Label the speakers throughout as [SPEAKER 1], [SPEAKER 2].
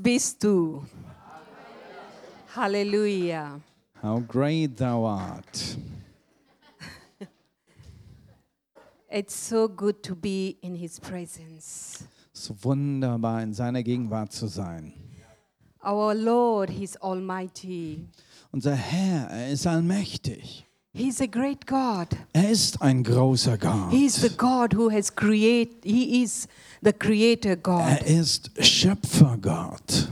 [SPEAKER 1] bist du. Halleluja.
[SPEAKER 2] How great thou art.
[SPEAKER 1] It's so good to be in his presence.
[SPEAKER 2] So wunderbar in seiner Gegenwart zu sein.
[SPEAKER 1] Our Lord, he's almighty.
[SPEAKER 2] Unser Herr, er ist allmächtig.
[SPEAKER 1] He's a great God.
[SPEAKER 2] Er ist ein großer Gott.
[SPEAKER 1] He is the God who has created, he is the creator God.
[SPEAKER 2] Er ist Schöpfergott.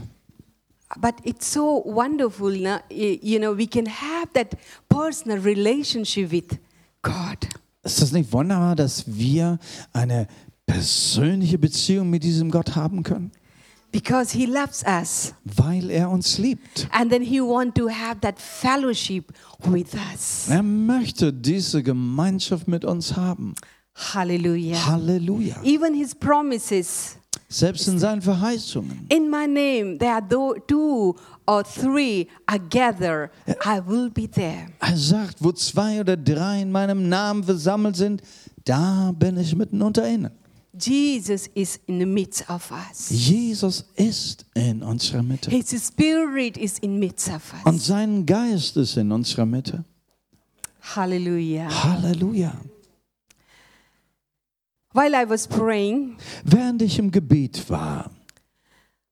[SPEAKER 1] But it's so wonderful, na- y- you know, we can have that personal relationship with God.
[SPEAKER 2] Ist das nicht wunderbar, dass wir eine persönliche Beziehung mit diesem Gott haben können?
[SPEAKER 1] Because he loves us
[SPEAKER 2] Weil er uns liebt.
[SPEAKER 1] and then he wants to have that fellowship with us.
[SPEAKER 2] Er möchte diese Gemeinschaft mit uns haben.
[SPEAKER 1] Hallelujah.
[SPEAKER 2] Halleluja.
[SPEAKER 1] Even his promises
[SPEAKER 2] Selbst in seinen Verheißungen.
[SPEAKER 1] in my name, there are tho- two or three are gathered, I will be there.
[SPEAKER 2] Er sagt, wo zwei oder drei in meinem Namen versammelt sind, da bin ich mitten unter ihnen.
[SPEAKER 1] Jesus is in the midst of us.
[SPEAKER 2] Jesus ist in unserer Mitte.
[SPEAKER 1] His spirit is in midst of
[SPEAKER 2] Und
[SPEAKER 1] us.
[SPEAKER 2] sein Geist ist in unserer Mitte.
[SPEAKER 1] Hallelujah.
[SPEAKER 2] Halleluja.
[SPEAKER 1] While I was praying,
[SPEAKER 2] Während ich im Gebet war,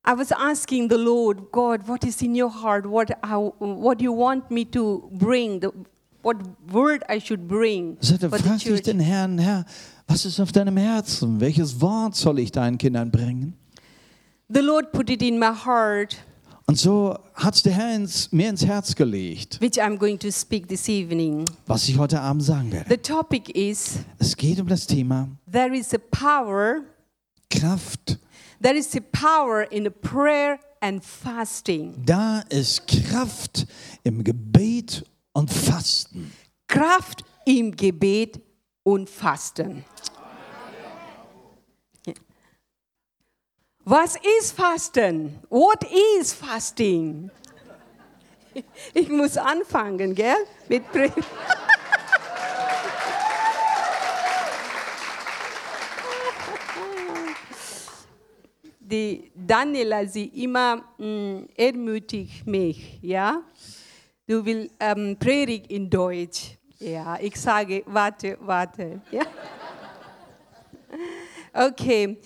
[SPEAKER 1] I was asking the Lord, God, what is in your heart? What I, what you want me to bring? The, what word I should bring
[SPEAKER 2] sagte,
[SPEAKER 1] for the
[SPEAKER 2] fragte ich
[SPEAKER 1] church?
[SPEAKER 2] den Herrn, Herr, was ist auf deinem Herzen? Welches Wort soll ich deinen Kindern bringen?
[SPEAKER 1] The Lord put it in my heart,
[SPEAKER 2] Und so hat der Herr ins, mir ins Herz gelegt,
[SPEAKER 1] which I'm going to speak this evening.
[SPEAKER 2] was ich heute Abend sagen werde.
[SPEAKER 1] The topic is
[SPEAKER 2] Es geht um das Thema
[SPEAKER 1] there is a power,
[SPEAKER 2] Kraft.
[SPEAKER 1] there is a power in the prayer and fasting.
[SPEAKER 2] Da ist Kraft im Gebet und Fasten.
[SPEAKER 1] Kraft im Gebet und Fasten. Was ist Fasten? What is fasting? Ich muss anfangen, gell? Mit Pre- Die Daniela, sie immer mm, ermutigt mich, ja? Du willst ähm, Predigt in Deutsch. Ja, ich sage, warte, warte. Ja. Okay.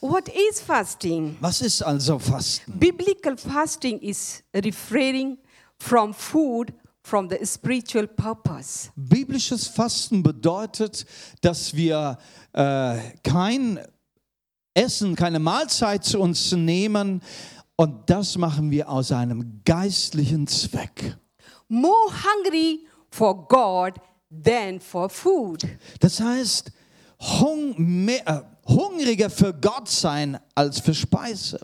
[SPEAKER 1] What is fasting?
[SPEAKER 2] Was ist also Fasten?
[SPEAKER 1] Biblical fasting is refraining from food from the spiritual purpose.
[SPEAKER 2] Biblisches Fasten bedeutet, dass wir äh, kein Essen, keine Mahlzeit zu uns nehmen und das machen wir aus einem geistlichen Zweck.
[SPEAKER 1] More hungry for God than for food.
[SPEAKER 2] Das heißt, hung mehr, äh, hungriger für Gott sein als für Speise.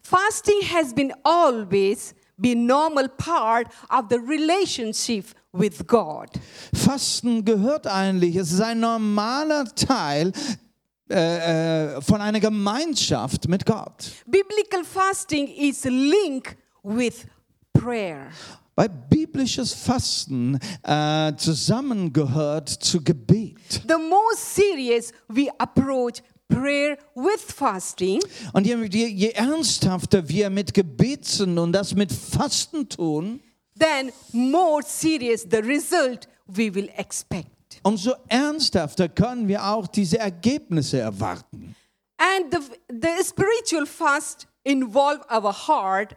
[SPEAKER 1] Fasting has been always been normal part of the relationship with God.
[SPEAKER 2] Fasten gehört eigentlich, es ist ein normaler Teil äh, äh, von einer Gemeinschaft mit Gott.
[SPEAKER 1] Biblical fasting is linked with prayer.
[SPEAKER 2] Weil biblisches Fasten äh, zusammengehört zu Gebet.
[SPEAKER 1] The more serious we approach prayer with fasting,
[SPEAKER 2] Und je, je, je ernsthafter wir mit Gebet sind und das mit Fasten tun,
[SPEAKER 1] then more serious the result we will expect.
[SPEAKER 2] umso ernsthafter können wir auch diese Ergebnisse erwarten.
[SPEAKER 1] And the, the spiritual fast involve our heart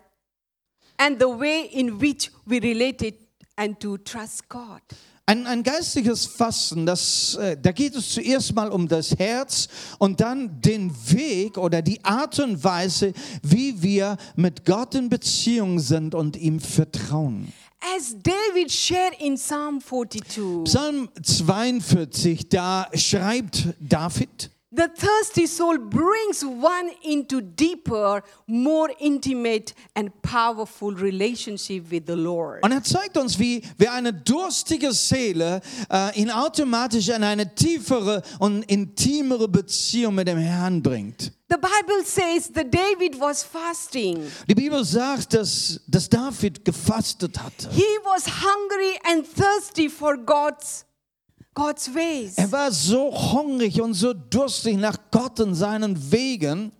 [SPEAKER 1] and the way in which we relate it and to trust God.
[SPEAKER 2] Ein, ein geistiges Fasten, das, äh, da geht es zuerst mal um das Herz und dann den Weg oder die Art und Weise, wie wir mit Gott in Beziehung sind und ihm vertrauen.
[SPEAKER 1] As David shared in Psalm 42,
[SPEAKER 2] Psalm 42, da schreibt David,
[SPEAKER 1] The thirsty soul brings one into deeper, more intimate, and powerful relationship with the Lord.
[SPEAKER 2] und er zeigt uns, wie wir eine durstige Seele äh, ihn automatisch in eine tiefere und intimere Beziehung mit dem Herrn bringt.
[SPEAKER 1] The Bible says that David was fasting.
[SPEAKER 2] Die Bibel sagt, dass, dass David gefastet hatte.
[SPEAKER 1] He was hungry and thirsty for God's God's ways.
[SPEAKER 2] Er war so hungrig und so durstig nach Gott und seinen Wegen.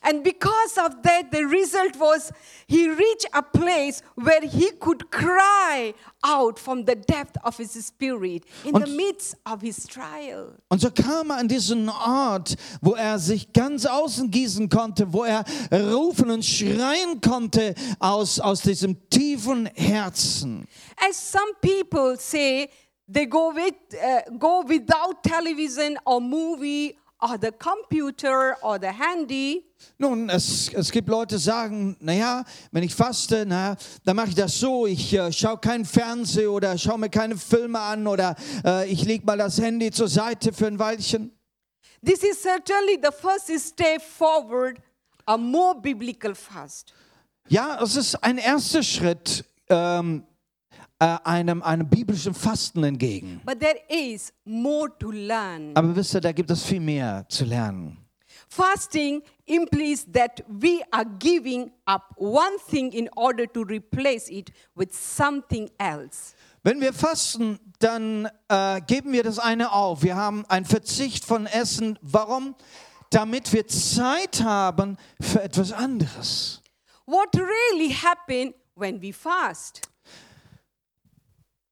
[SPEAKER 1] And because of that, the result was he reached a place where he could cry out from the depth of his spirit in the
[SPEAKER 2] Und-
[SPEAKER 1] midst of his trial.
[SPEAKER 2] Und so kam er an diesen Ort, wo er sich ganz außen gießen konnte, wo er rufen und schreien konnte aus, aus diesem tiefen Herzen.
[SPEAKER 1] As some people say, they go with uh, go without television or movie or the computer or the handy.
[SPEAKER 2] Nun, es, es gibt Leute, die sagen, naja, wenn ich faste, na, dann mache ich das so, ich äh, schaue keinen Fernseher oder schaue mir keine Filme an oder äh, ich lege mal das Handy zur Seite für ein Weilchen.
[SPEAKER 1] This is certainly the first step forward, a more biblical fast.
[SPEAKER 2] Ja, es ist ein erster Schritt ähm, äh, einem, einem biblischen Fasten entgegen.
[SPEAKER 1] But there is more to learn.
[SPEAKER 2] Aber wisst ihr, da gibt es viel mehr zu lernen.
[SPEAKER 1] Fasting implies that we are giving up one thing in order to replace it with something else.
[SPEAKER 2] Wenn wir fasten, dann äh, geben wir das eine auf. Wir haben einen Verzicht von Essen. Warum? Damit wir Zeit haben für etwas anderes.
[SPEAKER 1] What really happens when we fast?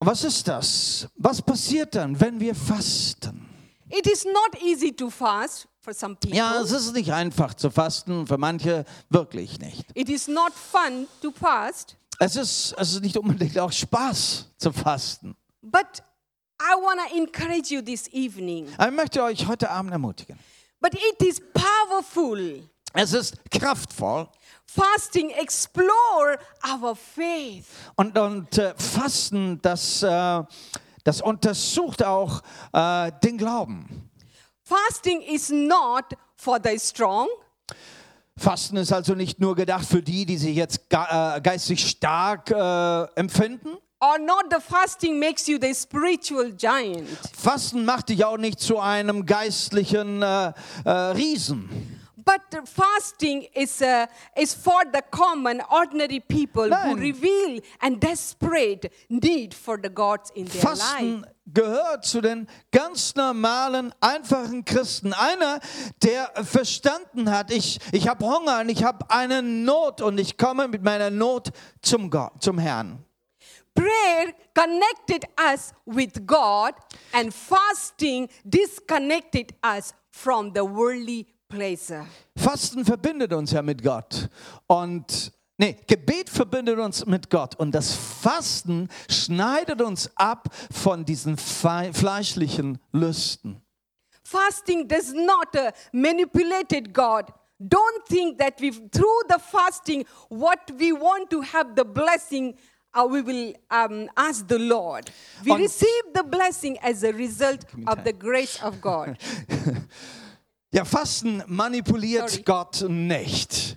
[SPEAKER 2] Was ist das? Was passiert dann, wenn wir fasten?
[SPEAKER 1] It is not easy to fast for some people.
[SPEAKER 2] Ja, es ist nicht einfach zu fasten, für manche wirklich nicht.
[SPEAKER 1] It is not fun to fast,
[SPEAKER 2] Es ist, es ist nicht unbedingt auch Spaß zu fasten.
[SPEAKER 1] but I want to encourage you this evening.
[SPEAKER 2] Aber ich möchte euch heute Abend ermutigen.
[SPEAKER 1] But it is powerful.
[SPEAKER 2] Es ist kraftvoll
[SPEAKER 1] Fasting explore our faith.
[SPEAKER 2] Und, und äh, Fasten, das, äh, das untersucht auch äh, den Glauben.
[SPEAKER 1] Fasting is not for the strong.
[SPEAKER 2] Fasten ist also nicht nur gedacht für die, die sich jetzt ge äh, geistig stark äh, empfinden.
[SPEAKER 1] or not the fasting makes you the spiritual giant,
[SPEAKER 2] Fasten macht dich auch nicht zu einem geistlichen äh, äh, Riesen.
[SPEAKER 1] but the fasting is, uh, is for the common, ordinary people who
[SPEAKER 2] Nein.
[SPEAKER 1] reveal and desperate need for the gods in their life.
[SPEAKER 2] Fasten gehört zu den ganz normalen, einfachen Christen. Einer, der verstanden hat, ich, ich habe Hunger und ich habe eine Not und ich komme mit meiner Not zum, Gott, zum Herrn.
[SPEAKER 1] Prayer connected us with God, and fasting disconnected us from the worldly pleasure.
[SPEAKER 2] Fasten verbindet uns ja mit Gott. Und nee, Gebet verbindet uns mit Gott. Und das Fasten schneidet uns ab von diesen fei- fleischlichen Lüsten.
[SPEAKER 1] Fasting does not uh, manipulate God. Don't think that we through the fasting, what we want to have the blessing, uh, we will um, ask the Lord. We
[SPEAKER 2] On-
[SPEAKER 1] receive the blessing as a result of the grace of God.
[SPEAKER 2] Ja, Fasten manipuliert
[SPEAKER 1] Sorry.
[SPEAKER 2] Gott nicht.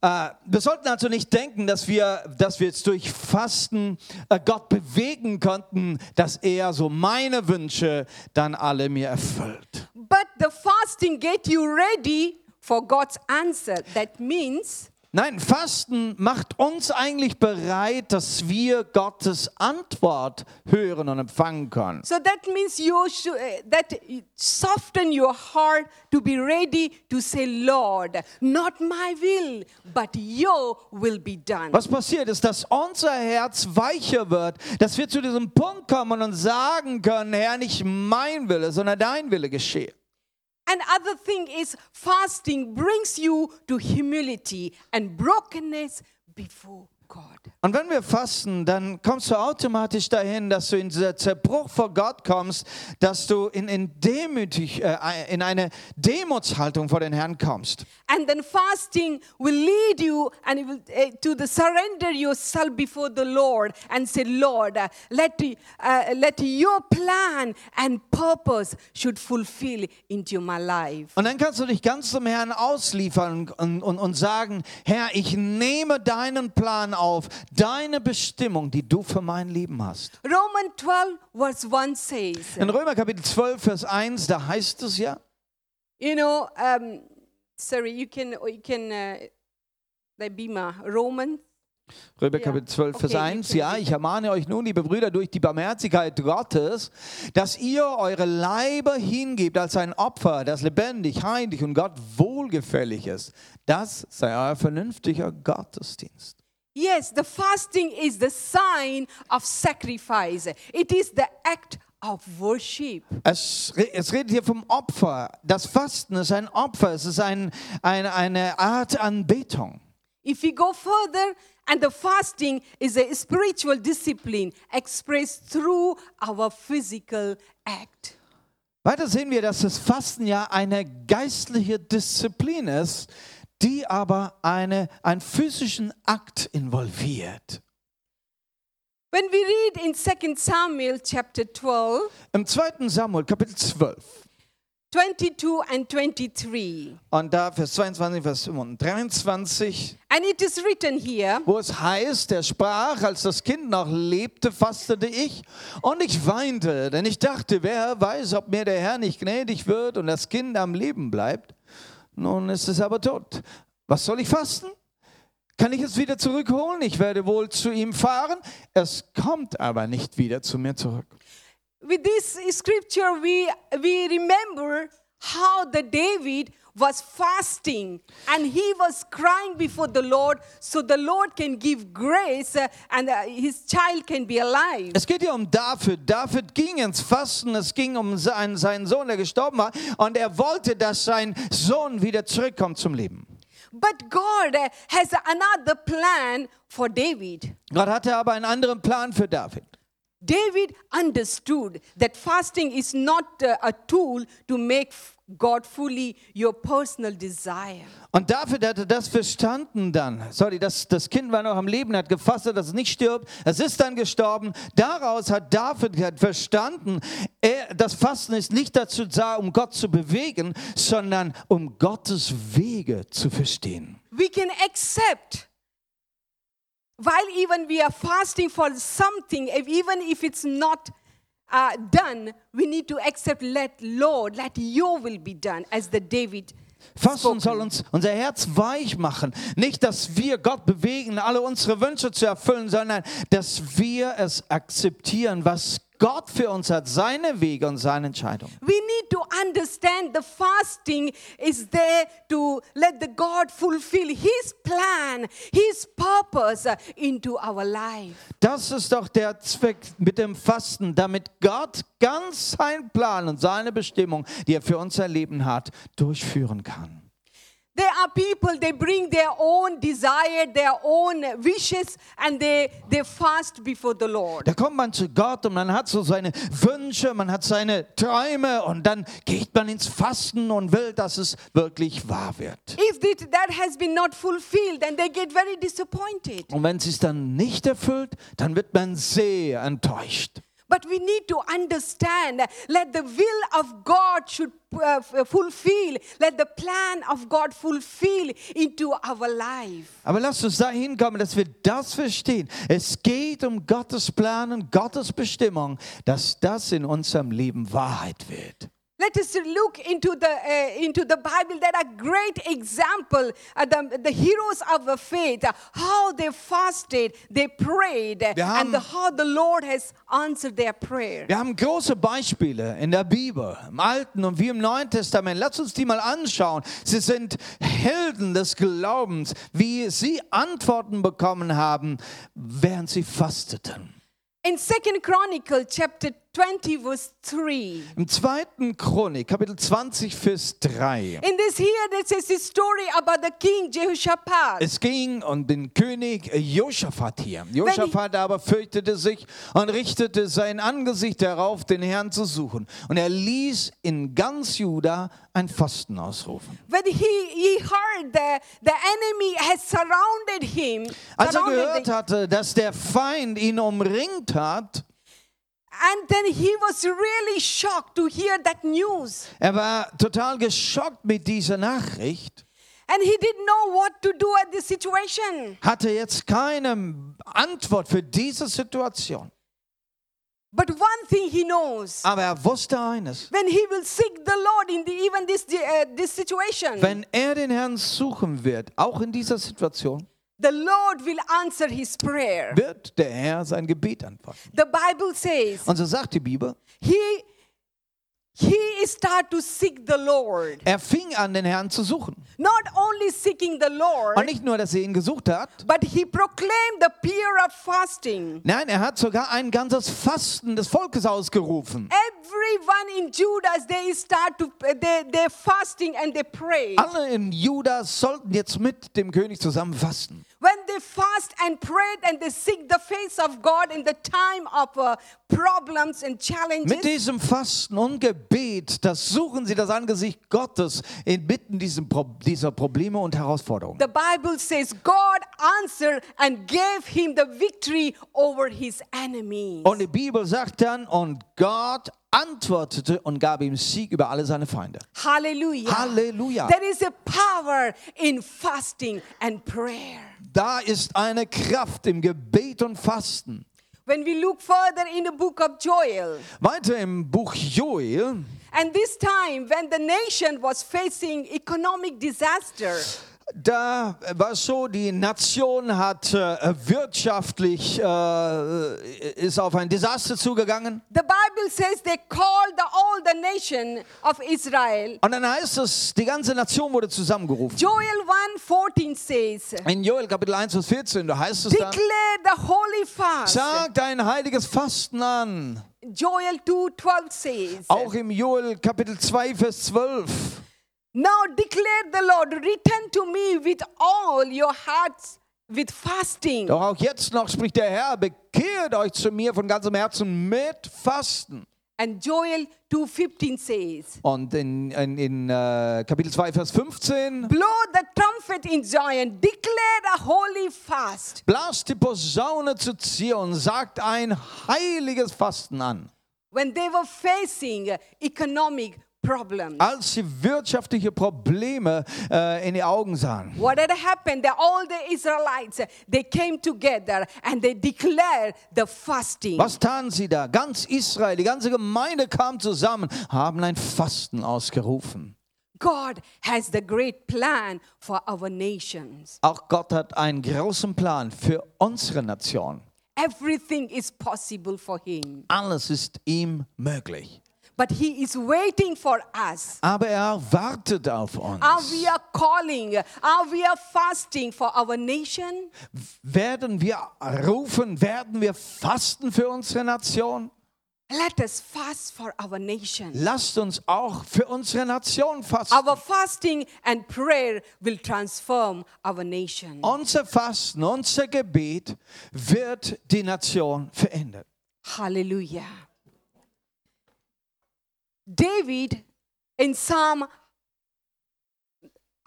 [SPEAKER 2] Äh, wir sollten also nicht denken, dass wir, dass wir jetzt durch Fasten äh, Gott bewegen konnten, dass er so meine Wünsche dann alle mir erfüllt.
[SPEAKER 1] but the fasting get you ready for God's answer. That means
[SPEAKER 2] Nein, Fasten macht uns eigentlich bereit, dass wir Gottes Antwort hören und empfangen können.
[SPEAKER 1] so that means you should uh, that you soften your heart to be ready to say, Lord, not my will, but your will be done.
[SPEAKER 2] Was passiert ist, dass unser Herz weicher wird, dass wir zu diesem Punkt kommen und sagen können, Herr, nicht mein Wille, sondern dein Wille geschehe.
[SPEAKER 1] And other thing is fasting brings you to humility and brokenness before God.
[SPEAKER 2] Und wenn wir fasten, dann kommst du automatisch dahin, dass du in dieser Zerbruch vor Gott kommst, dass du in, in, demütig, äh, in eine Demutshaltung vor den Herrn kommst.
[SPEAKER 1] And then fasting will lead you and it will eh, to the surrender yourself before the Lord and say, Lord, uh, let uh, let your plan and purpose should fulfill into my life.
[SPEAKER 2] Und dann kannst du dich ganz zum Herrn ausliefern und, und, und sagen, Herr, ich nehme deinen Plan auf, deine Bestimmung, die du für mein Leben hast.
[SPEAKER 1] Romans 12 verse 1 says,
[SPEAKER 2] In Römer Kapitel 12, Vers 1, da heißt es ja,
[SPEAKER 1] you know, um, sorry, you can you can uh, the Bima Romans
[SPEAKER 2] Römer
[SPEAKER 1] Ja.
[SPEAKER 2] Kapitel 12, Vers
[SPEAKER 1] Okay, wir
[SPEAKER 2] 1.
[SPEAKER 1] können
[SPEAKER 2] Ja, ich ermahne euch nun, liebe Brüder, durch die Barmherzigkeit Gottes, dass ihr eure Leiber hingebt als ein Opfer, das lebendig, heilig und Gott wohlgefällig ist. Das sei euer vernünftiger Gottesdienst.
[SPEAKER 1] Yes, the fasting is the sign of sacrifice, it is the act of worship.
[SPEAKER 2] Es, re- es redet hier vom Opfer. Das Fasten ist ein Opfer, es ist ein, ein, eine Art Anbetung.
[SPEAKER 1] If we go further, and the fasting is a spiritual discipline expressed through our physical act.
[SPEAKER 2] Weiter sehen wir, dass das Fasten ja eine geistliche Disziplin ist, die aber eine, einen physischen Akt involviert.
[SPEAKER 1] When we read in 2 Samuel chapter 12,
[SPEAKER 2] Im 2. Samuel, Kapitel 12,
[SPEAKER 1] 22 and 23,
[SPEAKER 2] und da Vers 22, Vers 23,
[SPEAKER 1] and it is written here,
[SPEAKER 2] wo es heißt, er sprach, als das Kind noch lebte, fastete ich und ich weinte, denn ich dachte, wer weiß, ob mir der Herr nicht gnädig wird und das Kind am Leben bleibt. Nun ist es aber tot. Was soll ich fasten? Kann ich es wieder zurückholen? Ich werde wohl zu ihm fahren. Es kommt aber nicht wieder zu mir zurück.
[SPEAKER 1] with this scripture we we remember how the david was fasting and he was crying before the lord so the lord can give grace uh, and uh, his child can be alive
[SPEAKER 2] Es geht hier um David. David ging ins Fasten. Es ging um seinen, seinen Sohn, der gestorben war. Und er wollte, dass sein Sohn wieder zurückkommt zum Leben.
[SPEAKER 1] but god uh, has another plan for david
[SPEAKER 2] Gott hatte aber einen anderen Plan für David.
[SPEAKER 1] david understood that fasting is not uh, a tool to make god fully your personal desire
[SPEAKER 2] Und David hatte das verstanden dann. Sorry, das, das Kind war noch am Leben, hat gefasst, dass es nicht stirbt. Es ist dann gestorben. Daraus hat David hat verstanden, er, das Fasten ist nicht dazu da, um Gott zu bewegen, sondern um Gottes Wege zu verstehen.
[SPEAKER 1] we can accept while even we are fasting for something if, even if it's not uh, done we need to accept let lord let your will be done as the david
[SPEAKER 2] Fasten soll uns unser Herz weich machen. Nicht, dass wir Gott bewegen, alle unsere Wünsche zu erfüllen, sondern dass wir es akzeptieren, was Gott für uns hat, seine Wege und seine Entscheidungen.
[SPEAKER 1] we need to understand the fasting is there to let the god fulfill his plan his purpose uh, into our life
[SPEAKER 2] Das ist doch der Zweck mit dem Fasten, damit Gott ganz seinen Plan und seine Bestimmung, die er für unser Leben hat, durchführen kann.
[SPEAKER 1] there are people they bring their own desire their own wishes and they they fast before the lord
[SPEAKER 2] Da kommt man zu Gott und man hat so seine Wünsche, man hat seine Träume und dann geht man ins Fasten und will, dass es wirklich wahr wird.
[SPEAKER 1] If that, that has been not fulfilled, then they get very disappointed.
[SPEAKER 2] Und wenn es sich dann nicht erfüllt, dann wird man sehr enttäuscht.
[SPEAKER 1] But we need to understand that the will of God should uh, f- fulfill, let the plan of God fulfill into our life.
[SPEAKER 2] Aber lasst uns dahin kommen, dass wir das verstehen. Es geht um Gottes Plan und Gottes Bestimmung, dass das in unserem Leben Wahrheit wird.
[SPEAKER 1] Let us look into the, uh, into the Bible. There are great example, uh, the, the heroes of the faith, uh, how they fasted, they prayed, and the- how the Lord has answered their prayer.
[SPEAKER 2] Wir haben große Beispiele in der Bibel, im Alten und wie im Neuen Testament. Lasst uns die mal anschauen. Sie sind Helden des Glaubens, wie sie Antworten bekommen haben, während sie fasteten.
[SPEAKER 1] In Second Chronicle chapter 20 verse 3.
[SPEAKER 2] Im zweiten Chronik, Kapitel 20, Vers 3.
[SPEAKER 1] In this here, this is a story about the king Jehoshaphat.
[SPEAKER 2] Es ging um den König Josaphat hier. Josaphat aber fürchtete sich und richtete sein Angesicht darauf, den Herrn zu suchen. Und er ließ in ganz Juda ein Fasten ausrufen.
[SPEAKER 1] When he, he heard that the enemy has surrounded him,
[SPEAKER 2] Als er
[SPEAKER 1] surrounded
[SPEAKER 2] gehört
[SPEAKER 1] him,
[SPEAKER 2] hatte, dass der Feind ihn umringt hat,
[SPEAKER 1] and then he was really shocked to hear that news.
[SPEAKER 2] er war total geschockt mit dieser Nachricht,
[SPEAKER 1] And he didn't know what to do at this situation.
[SPEAKER 2] hatte jetzt keine Antwort für diese Situation.
[SPEAKER 1] But one thing he knows
[SPEAKER 2] Aber er wusste eines.
[SPEAKER 1] when he will seek the Lord in the, even this, uh, this situation,
[SPEAKER 2] Wenn er den Herrn suchen wird, auch in dieser Situation,
[SPEAKER 1] the Lord will answer his prayer.
[SPEAKER 2] wird der Herr sein Gebet antworten.
[SPEAKER 1] The Bible says
[SPEAKER 2] Und so sagt die Bibel,
[SPEAKER 1] he he started to seek the Lord.
[SPEAKER 2] er fing an, den Herrn zu suchen.
[SPEAKER 1] Not only seeking the
[SPEAKER 2] Und
[SPEAKER 1] Lord,
[SPEAKER 2] nicht nur, dass er ihn gesucht hat,
[SPEAKER 1] but he proclaimed the period of fasting.
[SPEAKER 2] nein, er hat sogar ein ganzes Fasten des Volkes ausgerufen.
[SPEAKER 1] Everyone in Judas, they start to they they fasting and they pray.
[SPEAKER 2] Alle in Judas sollten jetzt mit dem König zusammen fasten.
[SPEAKER 1] When they fast and prayed and they seek the face of God in the time of uh, problems and
[SPEAKER 2] Mit
[SPEAKER 1] challenges,
[SPEAKER 2] diesem Fasten und Gebet, das suchen sie das Angesicht Gottes inmitten diesem Pro dieser Probleme und Herausforderungen.
[SPEAKER 1] the Bible says God answered and gave him the victory over his enemies.
[SPEAKER 2] Und die Bibel sagt dann, und Gott antwortete und gab ihm Sieg über alle seine Feinde.
[SPEAKER 1] Hallelujah.
[SPEAKER 2] Halleluja.
[SPEAKER 1] There is a power in fasting and prayer.
[SPEAKER 2] Da ist eine Kraft im Gebet und Fasten.
[SPEAKER 1] When we look further in the book of Joel,
[SPEAKER 2] Weiter im Buch Joel,
[SPEAKER 1] and this time when the nation was facing economic disaster,
[SPEAKER 2] da war es so, die Nation hat äh, wirtschaftlich, äh, ist auf ein Desaster zugegangen.
[SPEAKER 1] the Bible says they called the, all the nation of Israel.
[SPEAKER 2] Und dann heißt es, die ganze Nation wurde zusammengerufen.
[SPEAKER 1] Joel 1:14 says,
[SPEAKER 2] In Joel Kapitel 1, Vers 14, da heißt es dann,
[SPEAKER 1] "Declare the holy fast."
[SPEAKER 2] sag dein heiliges Fasten an.
[SPEAKER 1] Joel 2:12 says,
[SPEAKER 2] Auch im Joel Kapitel 2, Vers 12.
[SPEAKER 1] Now declare the Lord, return to me with all your hearts with fasting.
[SPEAKER 2] Doch auch jetzt noch spricht der Herr, bekehrt euch zu mir von ganzem Herzen mit Fasten.
[SPEAKER 1] And Joel 2:15 says,
[SPEAKER 2] Und in, in, in äh, Kapitel 2, Vers 15,
[SPEAKER 1] Blow the trumpet in Zion, declare a holy fast.
[SPEAKER 2] blast die Posaune zu Zion, sagt ein heiliges Fasten an.
[SPEAKER 1] When they were facing economic problems,
[SPEAKER 2] Als sie wirtschaftliche Probleme äh, in die Augen sahen.
[SPEAKER 1] what had happened? That all the Israelites they came together and they declared the fasting.
[SPEAKER 2] Was taten sie da? Ganz Israel, die ganze Gemeinde kam zusammen, haben ein Fasten ausgerufen.
[SPEAKER 1] God has the great plan for our nations.
[SPEAKER 2] Auch Gott hat einen großen Plan für unsere Nation.
[SPEAKER 1] Everything is possible for Him.
[SPEAKER 2] Alles ist ihm möglich.
[SPEAKER 1] But He is waiting for us.
[SPEAKER 2] Aber er wartet auf uns.
[SPEAKER 1] Are we are calling? Are we are fasting for our nation?
[SPEAKER 2] Werden wir rufen? Werden wir fasten für unsere Nation?
[SPEAKER 1] Let us fast for our nation.
[SPEAKER 2] Lasst uns auch für unsere Nation fasten.
[SPEAKER 1] Our fasting and prayer will transform our nation.
[SPEAKER 2] Unser Fasten, unser Gebet wird die Nation verändern.
[SPEAKER 1] Hallelujah. David in Psalm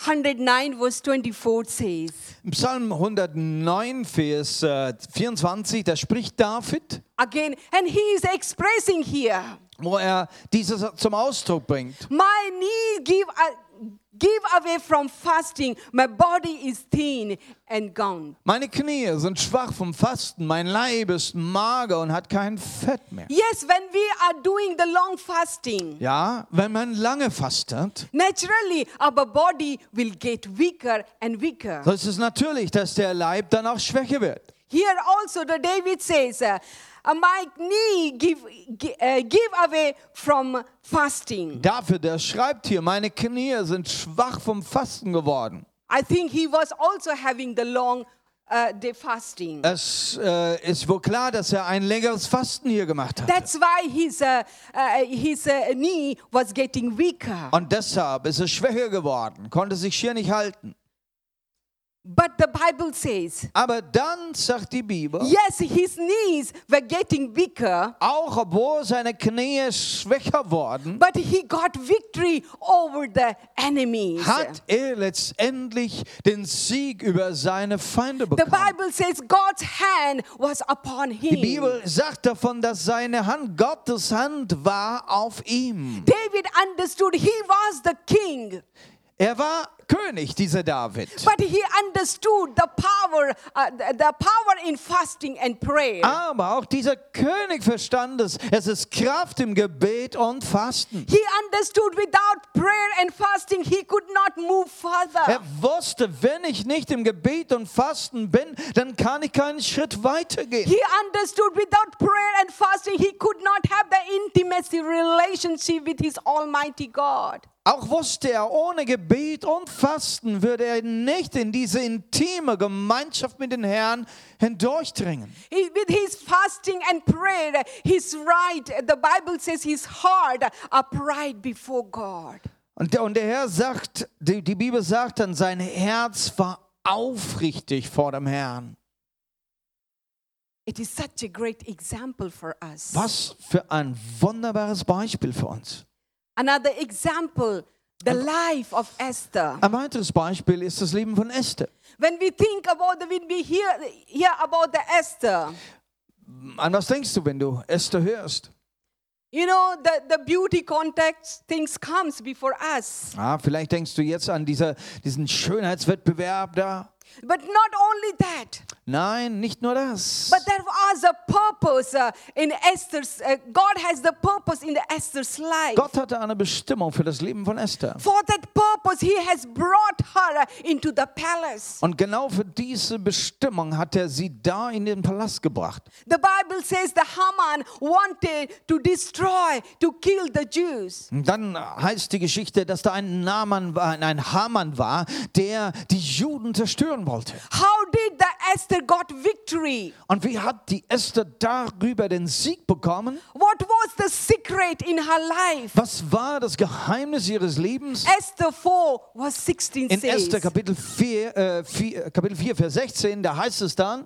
[SPEAKER 1] 109, verse 24 says,
[SPEAKER 2] Im Psalm 109, Vers äh, 24, da spricht David,
[SPEAKER 1] again, and he is expressing here,
[SPEAKER 2] wo er dieses zum Ausdruck bringt.
[SPEAKER 1] My knees give, a- give away from fasting. My body is thin and gone.
[SPEAKER 2] Meine Knie sind schwach vom Fasten, mein Leib ist mager und hat kein Fett mehr.
[SPEAKER 1] Yes, when we are doing the long fasting,
[SPEAKER 2] Ja, wenn man lange fastet,
[SPEAKER 1] naturally our body will get weaker and weaker.
[SPEAKER 2] so ist es natürlich, dass der Leib dann auch schwächer wird.
[SPEAKER 1] Here also the David says, uh, my knee give, gi- uh, give away from fasting.
[SPEAKER 2] Dafür, der schreibt hier, meine Knie sind schwach vom Fasten geworden.
[SPEAKER 1] I think he was also having the long uh, day fasting.
[SPEAKER 2] Es äh, ist wohl klar, dass er ein längeres Fasten hier gemacht hat.
[SPEAKER 1] That's why his, uh, uh, his uh, knee was getting weaker.
[SPEAKER 2] Und deshalb ist es schwächer geworden, konnte sich schier nicht halten.
[SPEAKER 1] But the Bible says,
[SPEAKER 2] Aber dann sagt die Bibel,
[SPEAKER 1] yes, his knees were getting weaker,
[SPEAKER 2] auch obwohl seine Knie schwächer wurden,
[SPEAKER 1] but he got victory over the enemies.
[SPEAKER 2] hat er letztendlich den Sieg über seine Feinde
[SPEAKER 1] The
[SPEAKER 2] bekommen.
[SPEAKER 1] Bible says God's hand was upon
[SPEAKER 2] Die
[SPEAKER 1] him.
[SPEAKER 2] Bibel sagt davon, dass seine Hand Gottes Hand war auf ihm.
[SPEAKER 1] David understood he was the king.
[SPEAKER 2] Er war König, dieser David.
[SPEAKER 1] But he understood the power, uh, the the power in fasting and prayer.
[SPEAKER 2] Aber auch dieser König verstand es. Es ist Kraft im Gebet und Fasten.
[SPEAKER 1] He understood without prayer and fasting, he could not move
[SPEAKER 2] Er
[SPEAKER 1] further.
[SPEAKER 2] wusste, wenn ich nicht im Gebet und Fasten bin, dann kann ich keinen Schritt weitergehen.
[SPEAKER 1] He understood without prayer and fasting, he could not have the intimacy relationship with his Almighty God.
[SPEAKER 2] Auch wusste er, ohne Gebet und Fasten würde er nicht in diese intime Gemeinschaft mit dem Herrn hindurchdringen.
[SPEAKER 1] He- with his fasting and prayer, his right, the Bible says his heart upright before God.
[SPEAKER 2] Und der, und der Herr sagt, die, die Bibel sagt dann, sein Herz war aufrichtig vor dem Herrn.
[SPEAKER 1] It is such a great example for us.
[SPEAKER 2] Was für ein wunderbares Beispiel für uns.
[SPEAKER 1] Another example, the life of Esther.
[SPEAKER 2] Ein weiteres Beispiel ist das Leben von Esther.
[SPEAKER 1] When we think about, the, when we hear, hear about the Esther,
[SPEAKER 2] An was denkst du, wenn du Esther hörst?
[SPEAKER 1] you know, the, the beauty context, things comes before us.
[SPEAKER 2] Ah, vielleicht denkst du jetzt an dieser, diesen Schönheitswettbewerb da.
[SPEAKER 1] But not only that,
[SPEAKER 2] Nein, nicht nur das.
[SPEAKER 1] but there was a purpose uh, in Esther's, uh, God has the purpose in the Esther's life.
[SPEAKER 2] Gott hatte eine Bestimmung für das Leben von Esther.
[SPEAKER 1] For that purpose, he has brought her uh, into the palace.
[SPEAKER 2] Und genau für diese Bestimmung hat er sie da in den Palast gebracht.
[SPEAKER 1] The Bible says the Haman wanted to destroy, to kill the Jews.
[SPEAKER 2] Und dann heißt die Geschichte, dass da ein Naaman war, ein Haman war, der die Juden zerstören wollte.
[SPEAKER 1] How did the Esther got victory?
[SPEAKER 2] Und wie hat die Esther darüber den Sieg bekommen?
[SPEAKER 1] What was the secret in her life?
[SPEAKER 2] Was war das Geheimnis ihres Lebens?
[SPEAKER 1] Esther 4 verse 16
[SPEAKER 2] In
[SPEAKER 1] says,
[SPEAKER 2] Esther Kapitel 4, äh, 4, Kapitel 4, Vers 16, da heißt es dann,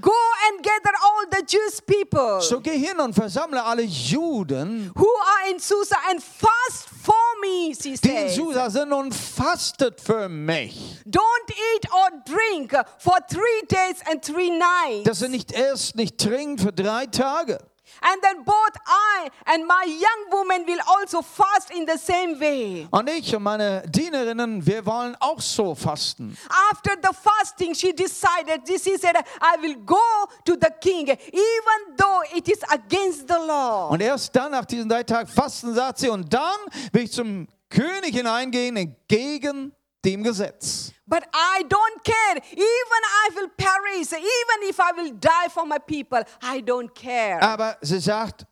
[SPEAKER 1] Go and gather all the Jews people
[SPEAKER 2] so geh hin und versammle alle Juden,
[SPEAKER 1] who are in Susa and fast for me, she
[SPEAKER 2] die in
[SPEAKER 1] says.
[SPEAKER 2] Susa sind und fastet für mich,
[SPEAKER 1] Don't eat or drink for three days and three nights.
[SPEAKER 2] dass ihr nicht esst, nicht trinkt für drei Tage.
[SPEAKER 1] And then both I and my young woman will also fast in the same way.
[SPEAKER 2] Und ich und meine Dienerinnen, wir wollen auch so fasten.
[SPEAKER 1] After the fasting, she decided, this is it, I will go to the king, even though it is against the law.
[SPEAKER 2] Und erst dann, nach diesen drei Tagen Fasten, sagt sie, und dann will ich zum König hineingehen, entgegen dem Gesetz.
[SPEAKER 1] But I don't care. Even I will perish. Even if I will die for my people, I don't care.
[SPEAKER 2] Aber sie sagt,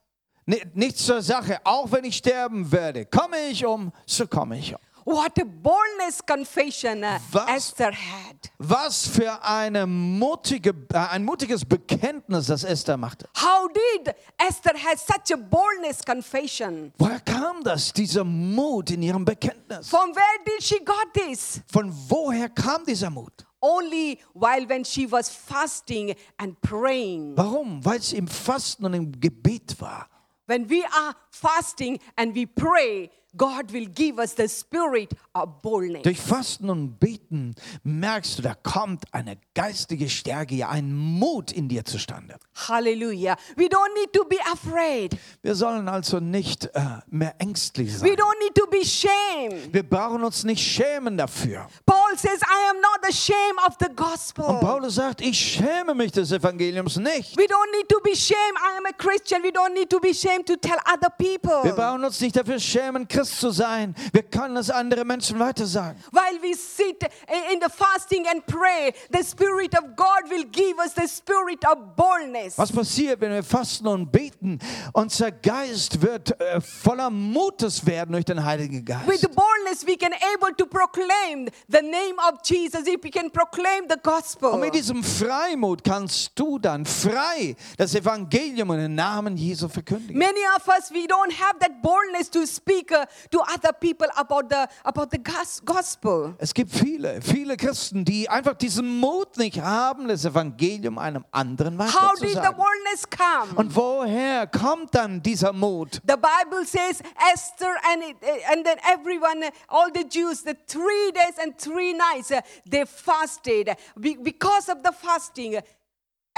[SPEAKER 2] "Ni- nichts zur Sache, auch wenn ich sterben werde, komme ich um, so komme ich um.
[SPEAKER 1] what a boldness confession uh,
[SPEAKER 2] Was?
[SPEAKER 1] Esther had.
[SPEAKER 2] Was für eine mutige, äh, ein mutiges Bekenntnis, das Esther machte.
[SPEAKER 1] How did Esther have such a boldness confession?
[SPEAKER 2] Woher kam das, dieser Mut in ihrem Bekenntnis?
[SPEAKER 1] From where did she got this?
[SPEAKER 2] Von woher kam dieser Mut?
[SPEAKER 1] only while when she was fasting and praying.
[SPEAKER 2] Warum? Weil sie im Fasten und im Gebet war.
[SPEAKER 1] When we are fasting and we pray, God will give us the spirit of boldness.
[SPEAKER 2] Durch Fasten und Beten merkst du, da kommt eine geistige Stärke, ja, ein Mut in dir zustande.
[SPEAKER 1] Hallelujah. We don't need to be afraid.
[SPEAKER 2] Wir sollen also nicht äh, mehr ängstlich sein.
[SPEAKER 1] We don't need to be shamed.
[SPEAKER 2] Wir brauchen uns nicht schämen dafür.
[SPEAKER 1] Paul says, I am not ashamed of the
[SPEAKER 2] Und
[SPEAKER 1] gospel.
[SPEAKER 2] Paulus sagt, ich schäme mich des Evangeliums nicht.
[SPEAKER 1] We don't need to be shamed. I am a Christian. We don't need to be shamed to tell other
[SPEAKER 2] Wir
[SPEAKER 1] people.
[SPEAKER 2] brauchen uns nicht dafür schämen, Christ zu sein. Wir können es andere Menschen weitersagen.
[SPEAKER 1] While we sit in the fasting and pray, the Spirit of God will give us the spirit of boldness.
[SPEAKER 2] Was passiert, wenn wir fasten und beten? Unser Geist wird äh, voller Mutes werden durch den Heiligen Geist.
[SPEAKER 1] With boldness, we can able to proclaim the name of Jesus. If we can proclaim the gospel,
[SPEAKER 2] Und mit diesem Freimut kannst du dann frei das Evangelium und den Namen Jesu verkündigen.
[SPEAKER 1] many of us we don't have that boldness to speak uh, to other people about the about the gos- gospel.
[SPEAKER 2] Es gibt viele, viele Christen, die einfach diesen Mut nicht haben, das Evangelium einem anderen
[SPEAKER 1] How did the
[SPEAKER 2] weiterzusagen.
[SPEAKER 1] boldness come?
[SPEAKER 2] Und woher kommt dann dieser Mut?
[SPEAKER 1] the Bible says Esther and it, eh, and then everyone, eh, all the Jews, the three days and three nights eh, they fasted. Be- because of the fasting, eh,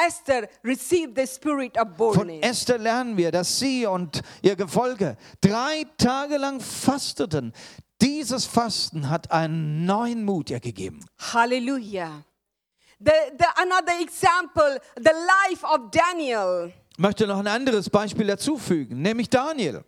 [SPEAKER 1] Esther received the spirit of
[SPEAKER 2] Von
[SPEAKER 1] boldness.
[SPEAKER 2] Esther lernen wir, dass sie und ihr Gefolge drei Tage lang fasteten. Dieses Fasten hat einen neuen Mut ihr gegeben.
[SPEAKER 1] Hallelujah. The, the, another example, the life of Daniel.
[SPEAKER 2] Ich möchte noch ein anderes Beispiel dazufügen, nämlich Daniel.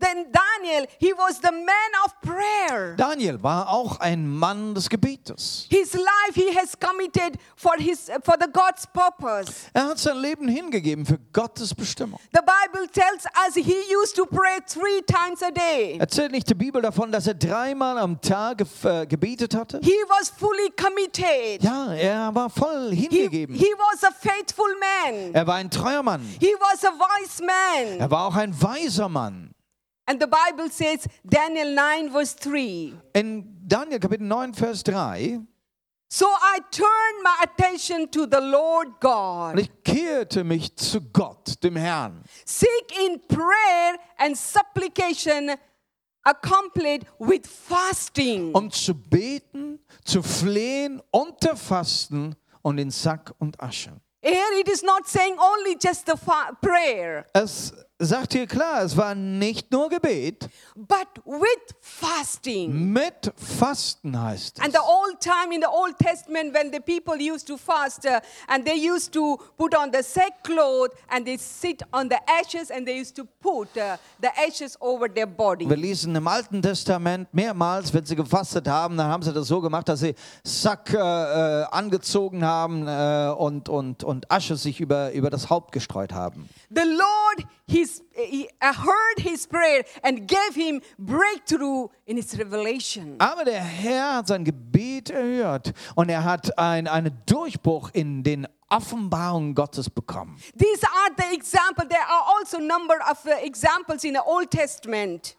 [SPEAKER 1] Then Daniel, he was the man of prayer.
[SPEAKER 2] Daniel war auch ein Mann des Gebetes.
[SPEAKER 1] His life he has committed for his for the God's purpose.
[SPEAKER 2] Er hat sein Leben hingegeben für Gottes Bestimmung.
[SPEAKER 1] The Bible tells us he used to pray three times a day.
[SPEAKER 2] Erzählt nicht die Bibel davon, dass er dreimal am Tag gef- äh, gebetet hatte?
[SPEAKER 1] He was fully committed.
[SPEAKER 2] Ja, er war voll
[SPEAKER 1] He,
[SPEAKER 2] hingegeben.
[SPEAKER 1] he was a faithful man.
[SPEAKER 2] Er war ein treuer Mann.
[SPEAKER 1] He was a wise man.
[SPEAKER 2] Er war auch ein weiser Mann.
[SPEAKER 1] And the Bible says Daniel 9 verse 3.
[SPEAKER 2] In Daniel Kapitel 9, Vers 3,
[SPEAKER 1] So I turned my attention to the Lord
[SPEAKER 2] und
[SPEAKER 1] God.
[SPEAKER 2] ich kehrte mich zu Gott, dem Herrn,
[SPEAKER 1] Seek in prayer and supplication, accompanied with fasting.
[SPEAKER 2] um zu beten, zu flehen und zu fasten und in Sack und Asche.
[SPEAKER 1] Here it is not saying only just the fa- prayer,
[SPEAKER 2] Es sagt hier klar, es war nicht nur Gebet,
[SPEAKER 1] but with
[SPEAKER 2] Mm.
[SPEAKER 1] fasting.
[SPEAKER 2] mit Fasten heißt
[SPEAKER 1] And
[SPEAKER 2] es.
[SPEAKER 1] the old time in the Old Testament, when the people used to fast uh, and they used to put on the sackcloth and they sit on the ashes and they used to put uh, the ashes over their body.
[SPEAKER 2] Wir lesen im Alten Testament mehrmals, wenn sie gefastet haben, dann haben sie das so gemacht, dass sie Sack äh, äh, angezogen haben äh, und, und, und Asche sich über, über das Haupt gestreut haben.
[SPEAKER 1] The Lord his, he uh, heard his prayer and gave him breakthrough in his revelation.
[SPEAKER 2] Aber der Herr hat sein Gebet erhört und er hat ein, einen Durchbruch in den Offenbarungen Gottes bekommen.
[SPEAKER 1] These are the example. There are also number of uh, examples in the Old Testament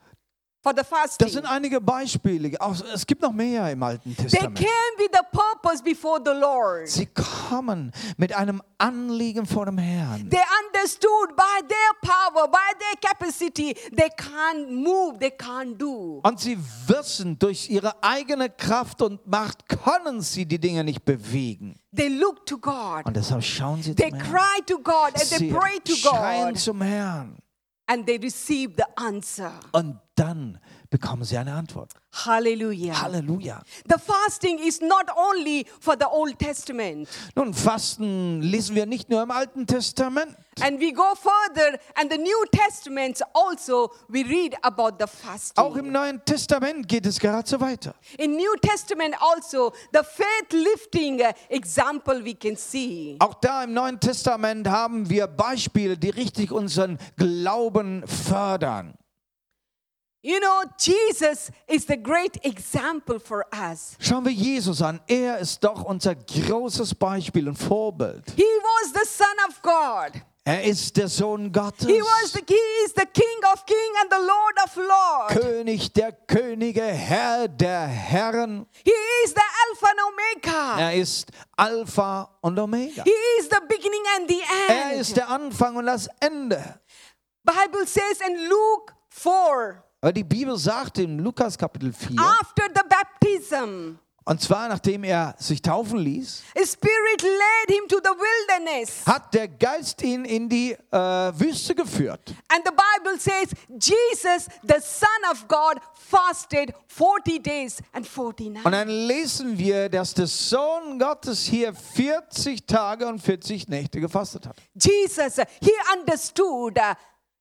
[SPEAKER 1] for the fasting.
[SPEAKER 2] Das sind einige Beispiele. Auch, es gibt noch mehr im Alten
[SPEAKER 1] They
[SPEAKER 2] Testament.
[SPEAKER 1] came with a purpose before the Lord.
[SPEAKER 2] Sie kommen mit einem Anliegen vor dem Herrn.
[SPEAKER 1] They understood by their power, by their capacity, they can't move, they can't do.
[SPEAKER 2] Und sie wissen, durch ihre eigene Kraft und Macht können sie die Dinge nicht bewegen.
[SPEAKER 1] They look to God.
[SPEAKER 2] Und deshalb schauen sie
[SPEAKER 1] They
[SPEAKER 2] zum Herrn.
[SPEAKER 1] cry to God and they
[SPEAKER 2] Sie
[SPEAKER 1] pray to
[SPEAKER 2] schreien
[SPEAKER 1] God
[SPEAKER 2] zum Herrn.
[SPEAKER 1] and they receive the answer.
[SPEAKER 2] Und dann bekommen sie eine Antwort.
[SPEAKER 1] Hallelujah.
[SPEAKER 2] Halleluja.
[SPEAKER 1] The fasting is not only for the Old Testament.
[SPEAKER 2] Nun, Fasten lesen wir nicht nur im Alten Testament.
[SPEAKER 1] And we go further, and the New Testament also we read about the
[SPEAKER 2] Auch
[SPEAKER 1] fasting.
[SPEAKER 2] im Neuen Testament geht es geradezu weiter.
[SPEAKER 1] In New Testament also the faith lifting uh, example we can see.
[SPEAKER 2] Auch da im Neuen Testament haben wir Beispiele, die richtig unseren Glauben fördern.
[SPEAKER 1] You know, Jesus is the great example for us.
[SPEAKER 2] Schauen wir Jesus an. Er ist doch unser großes Beispiel und Vorbild.
[SPEAKER 1] He was the Son of God.
[SPEAKER 2] Er ist der Sohn Gottes,
[SPEAKER 1] He was the He is the King of King and the Lord of Lord.
[SPEAKER 2] König der Könige, Herr der Herren.
[SPEAKER 1] He is the Alpha and Omega.
[SPEAKER 2] Er ist Alpha und Omega.
[SPEAKER 1] He is the beginning and the
[SPEAKER 2] Er ist
[SPEAKER 1] end.
[SPEAKER 2] der Anfang und das Ende.
[SPEAKER 1] Bible says in Luke 4,
[SPEAKER 2] Aber die Bibel sagt in Lukas Kapitel 4,
[SPEAKER 1] after the baptism,
[SPEAKER 2] und zwar nachdem er sich taufen ließ,
[SPEAKER 1] a spirit led him to the wilderness.
[SPEAKER 2] hat der Geist ihn in die äh, Wüste geführt.
[SPEAKER 1] And the Bible says Jesus, the Son of God, fasted 40 days and 40 nights.
[SPEAKER 2] Und dann lesen wir, dass der Sohn Gottes hier 40 Tage und 40 Nächte gefastet hat.
[SPEAKER 1] Jesus, uh, he understood uh,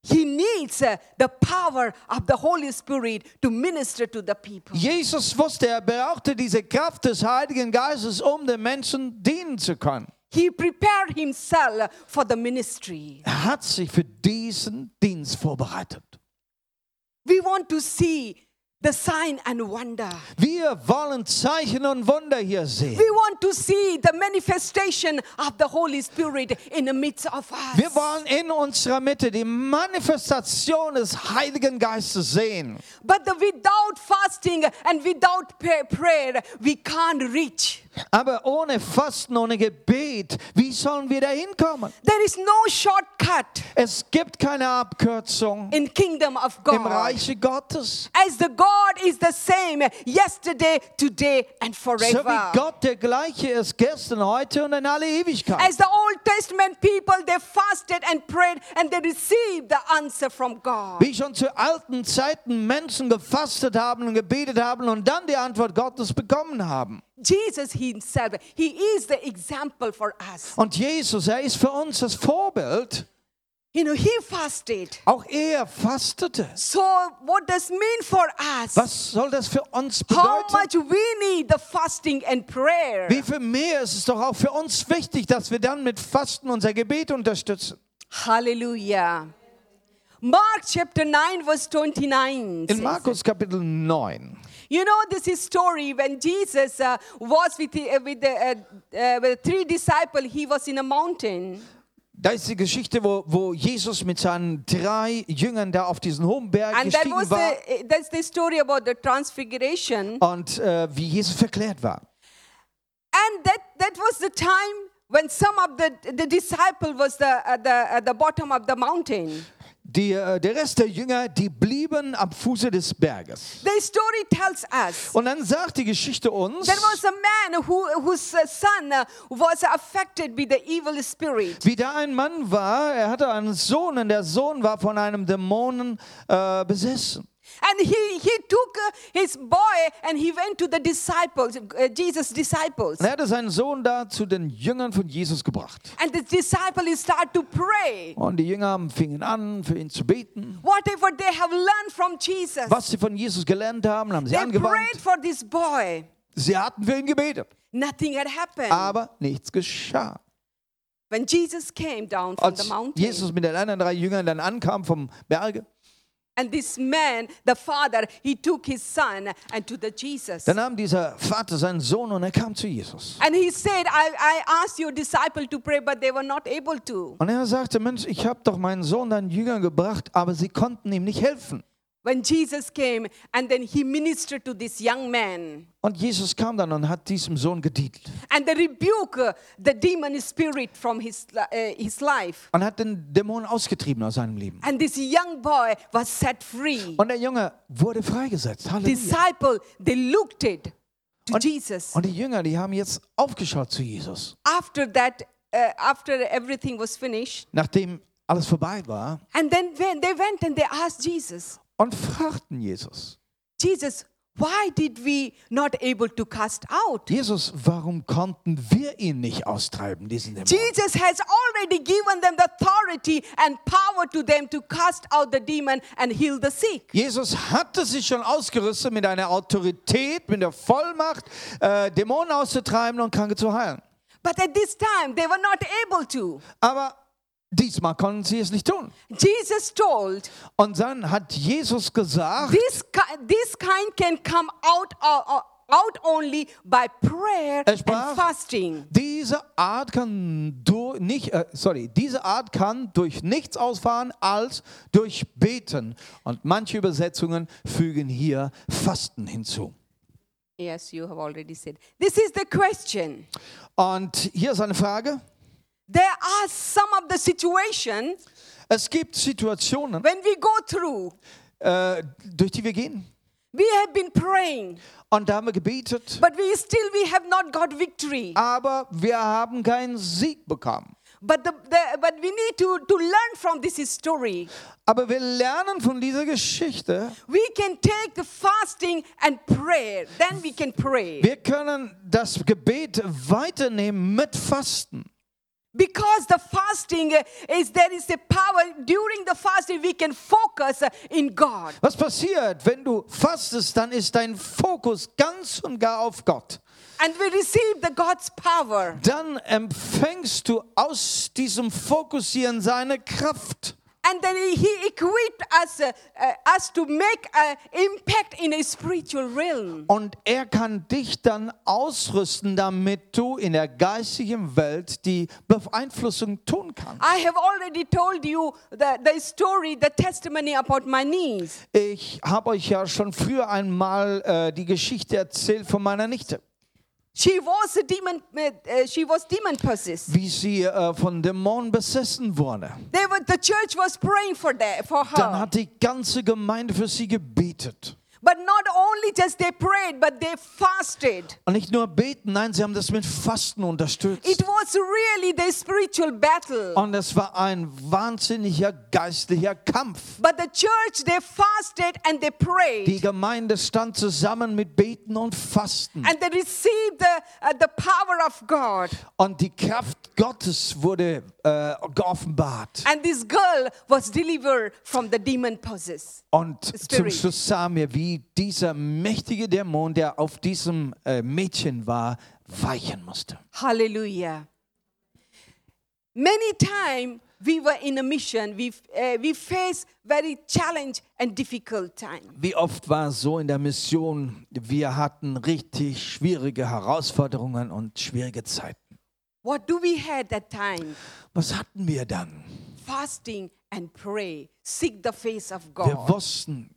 [SPEAKER 1] he needs uh, the power of the Holy Spirit to minister to the people.
[SPEAKER 2] Jesus wusste, er brauchte diese Kraft des Heiligen Geistes, um den Menschen dienen zu können.
[SPEAKER 1] He prepared himself for the ministry.
[SPEAKER 2] Er hat sich für diesen Dienst vorbereitet.
[SPEAKER 1] We want to see the sign and wonder.
[SPEAKER 2] Wir wollen Zeichen und Wunder hier sehen.
[SPEAKER 1] We want to see the manifestation of the Holy Spirit in the midst of us.
[SPEAKER 2] Wir wollen in unserer Mitte die Manifestation des Heiligen Geistes sehen.
[SPEAKER 1] But the, without fasting and without pa- prayer, we can't reach.
[SPEAKER 2] Aber ohne Fasten, ohne Gebet, wie sollen wir da hinkommen?
[SPEAKER 1] There is no shortcut
[SPEAKER 2] Es gibt keine Abkürzung
[SPEAKER 1] in kingdom of
[SPEAKER 2] im
[SPEAKER 1] God.
[SPEAKER 2] Reiche Gottes.
[SPEAKER 1] As the God God is the same yesterday, today, and
[SPEAKER 2] So wie
[SPEAKER 1] forever.
[SPEAKER 2] Gott der gleiche ist gestern, heute und in alle Ewigkeit.
[SPEAKER 1] As the Old Testament people, they fasted and prayed and they received the answer from God.
[SPEAKER 2] Wie schon zu alten Zeiten Menschen gefastet haben und gebetet haben und dann die Antwort Gottes bekommen haben.
[SPEAKER 1] Jesus Himself, He is the example for us.
[SPEAKER 2] Und Jesus, er ist für uns das Vorbild.
[SPEAKER 1] You know, He fasted.
[SPEAKER 2] Auch er fastete.
[SPEAKER 1] So, what does mean for us?
[SPEAKER 2] Was soll das für uns
[SPEAKER 1] How
[SPEAKER 2] bedeuten?
[SPEAKER 1] much we need the fasting and prayer.
[SPEAKER 2] Wie viel mehr ist es doch auch für uns wichtig, dass wir dann mit Fasten unser Gebet unterstützen.
[SPEAKER 1] Hallelujah. Mark chapter 9, verse 29.
[SPEAKER 2] In
[SPEAKER 1] says-
[SPEAKER 2] Markus Kapitel 9.
[SPEAKER 1] You know, this is story when Jesus uh, was with, the, uh, with, the, uh, uh, with the three disciples, he was in a mountain.
[SPEAKER 2] Da ist die Geschichte, wo, wo Jesus mit seinen drei Jüngern da auf diesen hohen Berg
[SPEAKER 1] And that was
[SPEAKER 2] gestiegen war
[SPEAKER 1] the, uh, that's the story about the transfiguration.
[SPEAKER 2] und äh, wie Jesus verklärt war.
[SPEAKER 1] And that, that was the time when some of the, the disciple was the, at, the, at the bottom of the mountain.
[SPEAKER 2] Die, äh, der Rest der Jünger, die blieben am Fuße des Berges.
[SPEAKER 1] The story tells us
[SPEAKER 2] Und dann sagt die Geschichte uns,
[SPEAKER 1] There was a man who, whose uh, son uh, was affected with the evil spirit.
[SPEAKER 2] wie da ein Mann war, er hatte einen Sohn und der Sohn war von einem Dämonen äh, besessen.
[SPEAKER 1] And he, he took uh, his boy and he went to the disciples, uh, Jesus' disciples.
[SPEAKER 2] Und er hatte seinen Sohn da zu den Jüngern von Jesus gebracht.
[SPEAKER 1] And the disciples start to pray.
[SPEAKER 2] Und die Jünger haben- fingen an, für ihn zu beten.
[SPEAKER 1] Whatever they have learned from Jesus,
[SPEAKER 2] Was sie von Jesus gelernt haben, haben sie
[SPEAKER 1] they prayed
[SPEAKER 2] angewandt.
[SPEAKER 1] for this boy.
[SPEAKER 2] Sie hatten für ihn gebetet,
[SPEAKER 1] Nothing had happened.
[SPEAKER 2] aber nichts geschah.
[SPEAKER 1] when Jesus came down from the
[SPEAKER 2] Als
[SPEAKER 1] mountain,
[SPEAKER 2] Jesus mit den anderen drei Jüngern dann ankam vom Berge,
[SPEAKER 1] and this man, the father, he took his son and to the Jesus.
[SPEAKER 2] dann nahm dieser Vater seinen Sohn und er kam zu Jesus.
[SPEAKER 1] And he said, I, I asked your disciple to pray, but they were not able to.
[SPEAKER 2] Und er sagte, Mensch, ich habe doch meinen Sohn deinen Jüngern gebracht, aber sie konnten ihm nicht helfen.
[SPEAKER 1] When Jesus came and then he ministered to this young man
[SPEAKER 2] Und Jesus kam dann und hat diesem Sohn gedient
[SPEAKER 1] and they rebuke uh, the demon spirit from his, li- uh, his life.
[SPEAKER 2] und hat den Dämon ausgetrieben aus seinem Leben.
[SPEAKER 1] And this young boy was set free.
[SPEAKER 2] Und der Junge wurde freigesetzt. Halleluja.
[SPEAKER 1] Disciple, they looked it to
[SPEAKER 2] Und-
[SPEAKER 1] Jesus.
[SPEAKER 2] Und die Jünger, die haben jetzt aufgeschaut zu Jesus,
[SPEAKER 1] After that, uh, after everything was finished.
[SPEAKER 2] nachdem alles vorbei war,
[SPEAKER 1] And then when they went and they asked Jesus,
[SPEAKER 2] und fragten Jesus,
[SPEAKER 1] Jesus, why did we not able to cast out?
[SPEAKER 2] Jesus, warum konnten wir ihn nicht austreiben, diesen Dämon?
[SPEAKER 1] Jesus has already given them the authority and power to them to cast out the demon and heal the sick.
[SPEAKER 2] Jesus hatte sich schon ausgerüstet mit einer Autorität, mit der Vollmacht, äh, Dämonen auszutreiben und Kranke zu heilen.
[SPEAKER 1] But at this time, they were not able to.
[SPEAKER 2] Aber diesmal konnten sie es nicht tun.
[SPEAKER 1] Jesus told,
[SPEAKER 2] Und dann hat Jesus gesagt,
[SPEAKER 1] this, ki- this kind can come out, uh, uh, out only by prayer
[SPEAKER 2] Er
[SPEAKER 1] and
[SPEAKER 2] sprach-
[SPEAKER 1] fasting.
[SPEAKER 2] diese Art kann durch nicht, äh, sorry, diese Art kann durch nichts ausfahren als durch Beten. Und manche Übersetzungen fügen hier Fasten hinzu.
[SPEAKER 1] Yes, you have already said. This is the question.
[SPEAKER 2] Und hier ist eine Frage.
[SPEAKER 1] There are some of the situation
[SPEAKER 2] Es gibt Situationen,
[SPEAKER 1] when we go through,
[SPEAKER 2] äh, durch die wir gehen.
[SPEAKER 1] we have been praying,
[SPEAKER 2] Und da haben wir gebetet,
[SPEAKER 1] but we still we have not got victory.
[SPEAKER 2] aber wir haben keinen Sieg bekommen.
[SPEAKER 1] But, the, the, but we need to, to learn from this story.
[SPEAKER 2] Aber wir lernen von dieser Geschichte,
[SPEAKER 1] We can take the fasting and prayer, then we can pray.
[SPEAKER 2] wir können das Gebet weiternehmen mit Fasten.
[SPEAKER 1] Because the fasting uh, is there is a power during the fasting we can focus uh, in God.
[SPEAKER 2] Was passiert, wenn du fastest, dann ist dein Fokus ganz und gar auf Gott.
[SPEAKER 1] And we receive the God's power.
[SPEAKER 2] Dann empfängst du aus diesem Fokussieren seine Kraft.
[SPEAKER 1] And then he- he equipped us, uh, uh, us to make an impact in a spiritual realm.
[SPEAKER 2] Und er kann dich dann ausrüsten, damit du in der geistigen Welt die Beeinflussung tun kannst.
[SPEAKER 1] I have already told you the, the story, the testimony about my niece.
[SPEAKER 2] Ich habe euch ja schon früher einmal äh, die Geschichte erzählt von meiner Nichte,
[SPEAKER 1] She was a demon. Uh, she was demon possessed.
[SPEAKER 2] wie sie äh, von Dämonen besessen wurde.
[SPEAKER 1] They were, the church was praying for that for
[SPEAKER 2] Dann
[SPEAKER 1] her.
[SPEAKER 2] hat die ganze Gemeinde für sie gebetet.
[SPEAKER 1] But not only just they prayed, but they fasted.
[SPEAKER 2] Und nicht nur beten, nein, sie haben das mit Fasten
[SPEAKER 1] It
[SPEAKER 2] unterstützt.
[SPEAKER 1] was really the spiritual battle.
[SPEAKER 2] Und es war ein wahnsinniger geistlicher Kampf.
[SPEAKER 1] But the church, they fasted and they
[SPEAKER 2] Die
[SPEAKER 1] prayed.
[SPEAKER 2] Gemeinde stand zusammen mit Beten und Fasten.
[SPEAKER 1] And they received the, uh, the power of God.
[SPEAKER 2] Und die Kraft Gottes wurde äh, geoffenbart.
[SPEAKER 1] And this girl was delivered from the demon possess.
[SPEAKER 2] Und zum
[SPEAKER 1] Spirit.
[SPEAKER 2] Schluss sahen wir, wie dieser mächtige Dämon, der auf diesem äh, Mädchen war, weichen musste.
[SPEAKER 1] Hallelujah. Many time we were in a mission, we, uh, we face very challenge and difficult time.
[SPEAKER 2] Wie oft war es so in der Mission, wir hatten richtig schwierige Herausforderungen und schwierige Zeiten.
[SPEAKER 1] What do we had that time?
[SPEAKER 2] Was hatten wir dann?
[SPEAKER 1] Fasting and pray, seek the face of
[SPEAKER 2] Wir
[SPEAKER 1] God.
[SPEAKER 2] wussten,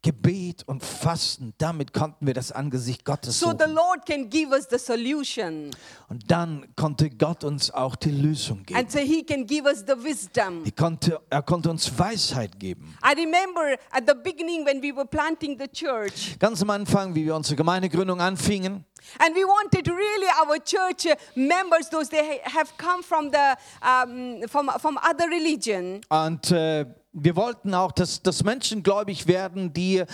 [SPEAKER 2] Gebet und Fasten, damit konnten wir das Angesicht Gottes
[SPEAKER 1] So the
[SPEAKER 2] suchen.
[SPEAKER 1] Lord can give us the solution
[SPEAKER 2] Und dann konnte Gott uns auch die Lösung geben.
[SPEAKER 1] and so he can give us the wisdom.
[SPEAKER 2] Er konnte, er konnte uns Weisheit geben.
[SPEAKER 1] I remember at the beginning when we were planting the church
[SPEAKER 2] Ganz am Anfang, wie wir unsere Gemeindegründung anfingen,
[SPEAKER 1] and we wanted really our church uh, members those they ha- have come from the um, from from other religion
[SPEAKER 2] Und äh, wir wollten auch, dass, dass Menschen gläubig werden, die äh,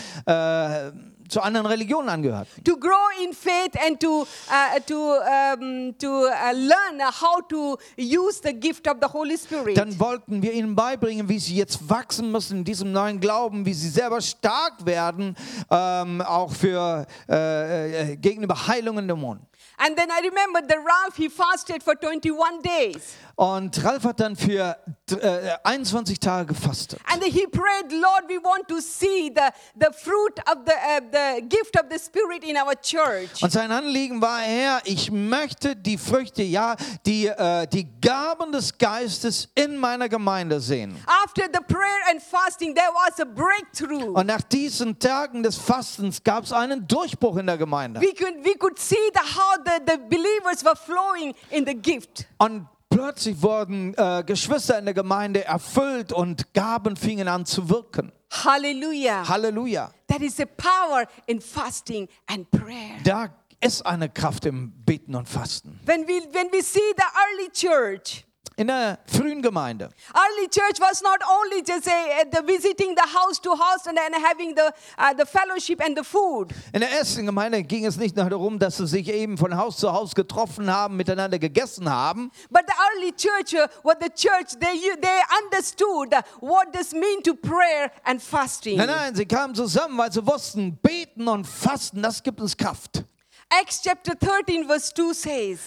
[SPEAKER 2] zu anderen Religionen angehörten.
[SPEAKER 1] to grow in faith and to uh, to um, to uh, learn how to use the gift of the Holy Spirit.
[SPEAKER 2] Dann wollten wir ihnen beibringen, wie sie jetzt wachsen müssen in diesem neuen Glauben, wie sie selber stark werden, ähm, auch für äh, äh, gegenüber Heilungen Dämonen.
[SPEAKER 1] and then I remember the Ralph he fasted for 21 days
[SPEAKER 2] Und Ralf hat dann für äh, 21 Tage gefastet.
[SPEAKER 1] and he prayed, Lord, we want to see the the fruit of the uh, the gift of the Spirit in our church.
[SPEAKER 2] Und sein Anliegen war, Herr, ich möchte die Früchte, ja, die, äh, die Gaben des Geistes in meiner Gemeinde sehen.
[SPEAKER 1] After the prayer and fasting, there was a breakthrough.
[SPEAKER 2] Und nach diesen Tagen des Fastens gab es einen Durchbruch in der Gemeinde.
[SPEAKER 1] we could we could see the, how the, the believers were flowing in the gift.
[SPEAKER 2] Und plötzlich wurden äh, Geschwister in der Gemeinde erfüllt und Gaben fingen an zu wirken.
[SPEAKER 1] Hallelujah.
[SPEAKER 2] Halleluja.
[SPEAKER 1] There is a power in fasting and prayer.
[SPEAKER 2] Da ist eine Kraft im Beten und Fasten.
[SPEAKER 1] When we, when we see the early church,
[SPEAKER 2] In der frühen Gemeinde.
[SPEAKER 1] early church was not only just a, a- the visiting the house to house and, and having the, uh, the fellowship and the food.
[SPEAKER 2] In der ersten Gemeinde ging es nicht nur darum, dass sie sich eben von Haus zu Haus getroffen haben, miteinander gegessen haben,
[SPEAKER 1] But the early church uh, were the church, they, u- they understood what this mean to prayer and fasting.
[SPEAKER 2] Nein, nein, sie kamen zusammen, weil sie wussten, beten und fasten, das gibt uns Kraft.
[SPEAKER 1] Acts chapter 13 verse 2 says,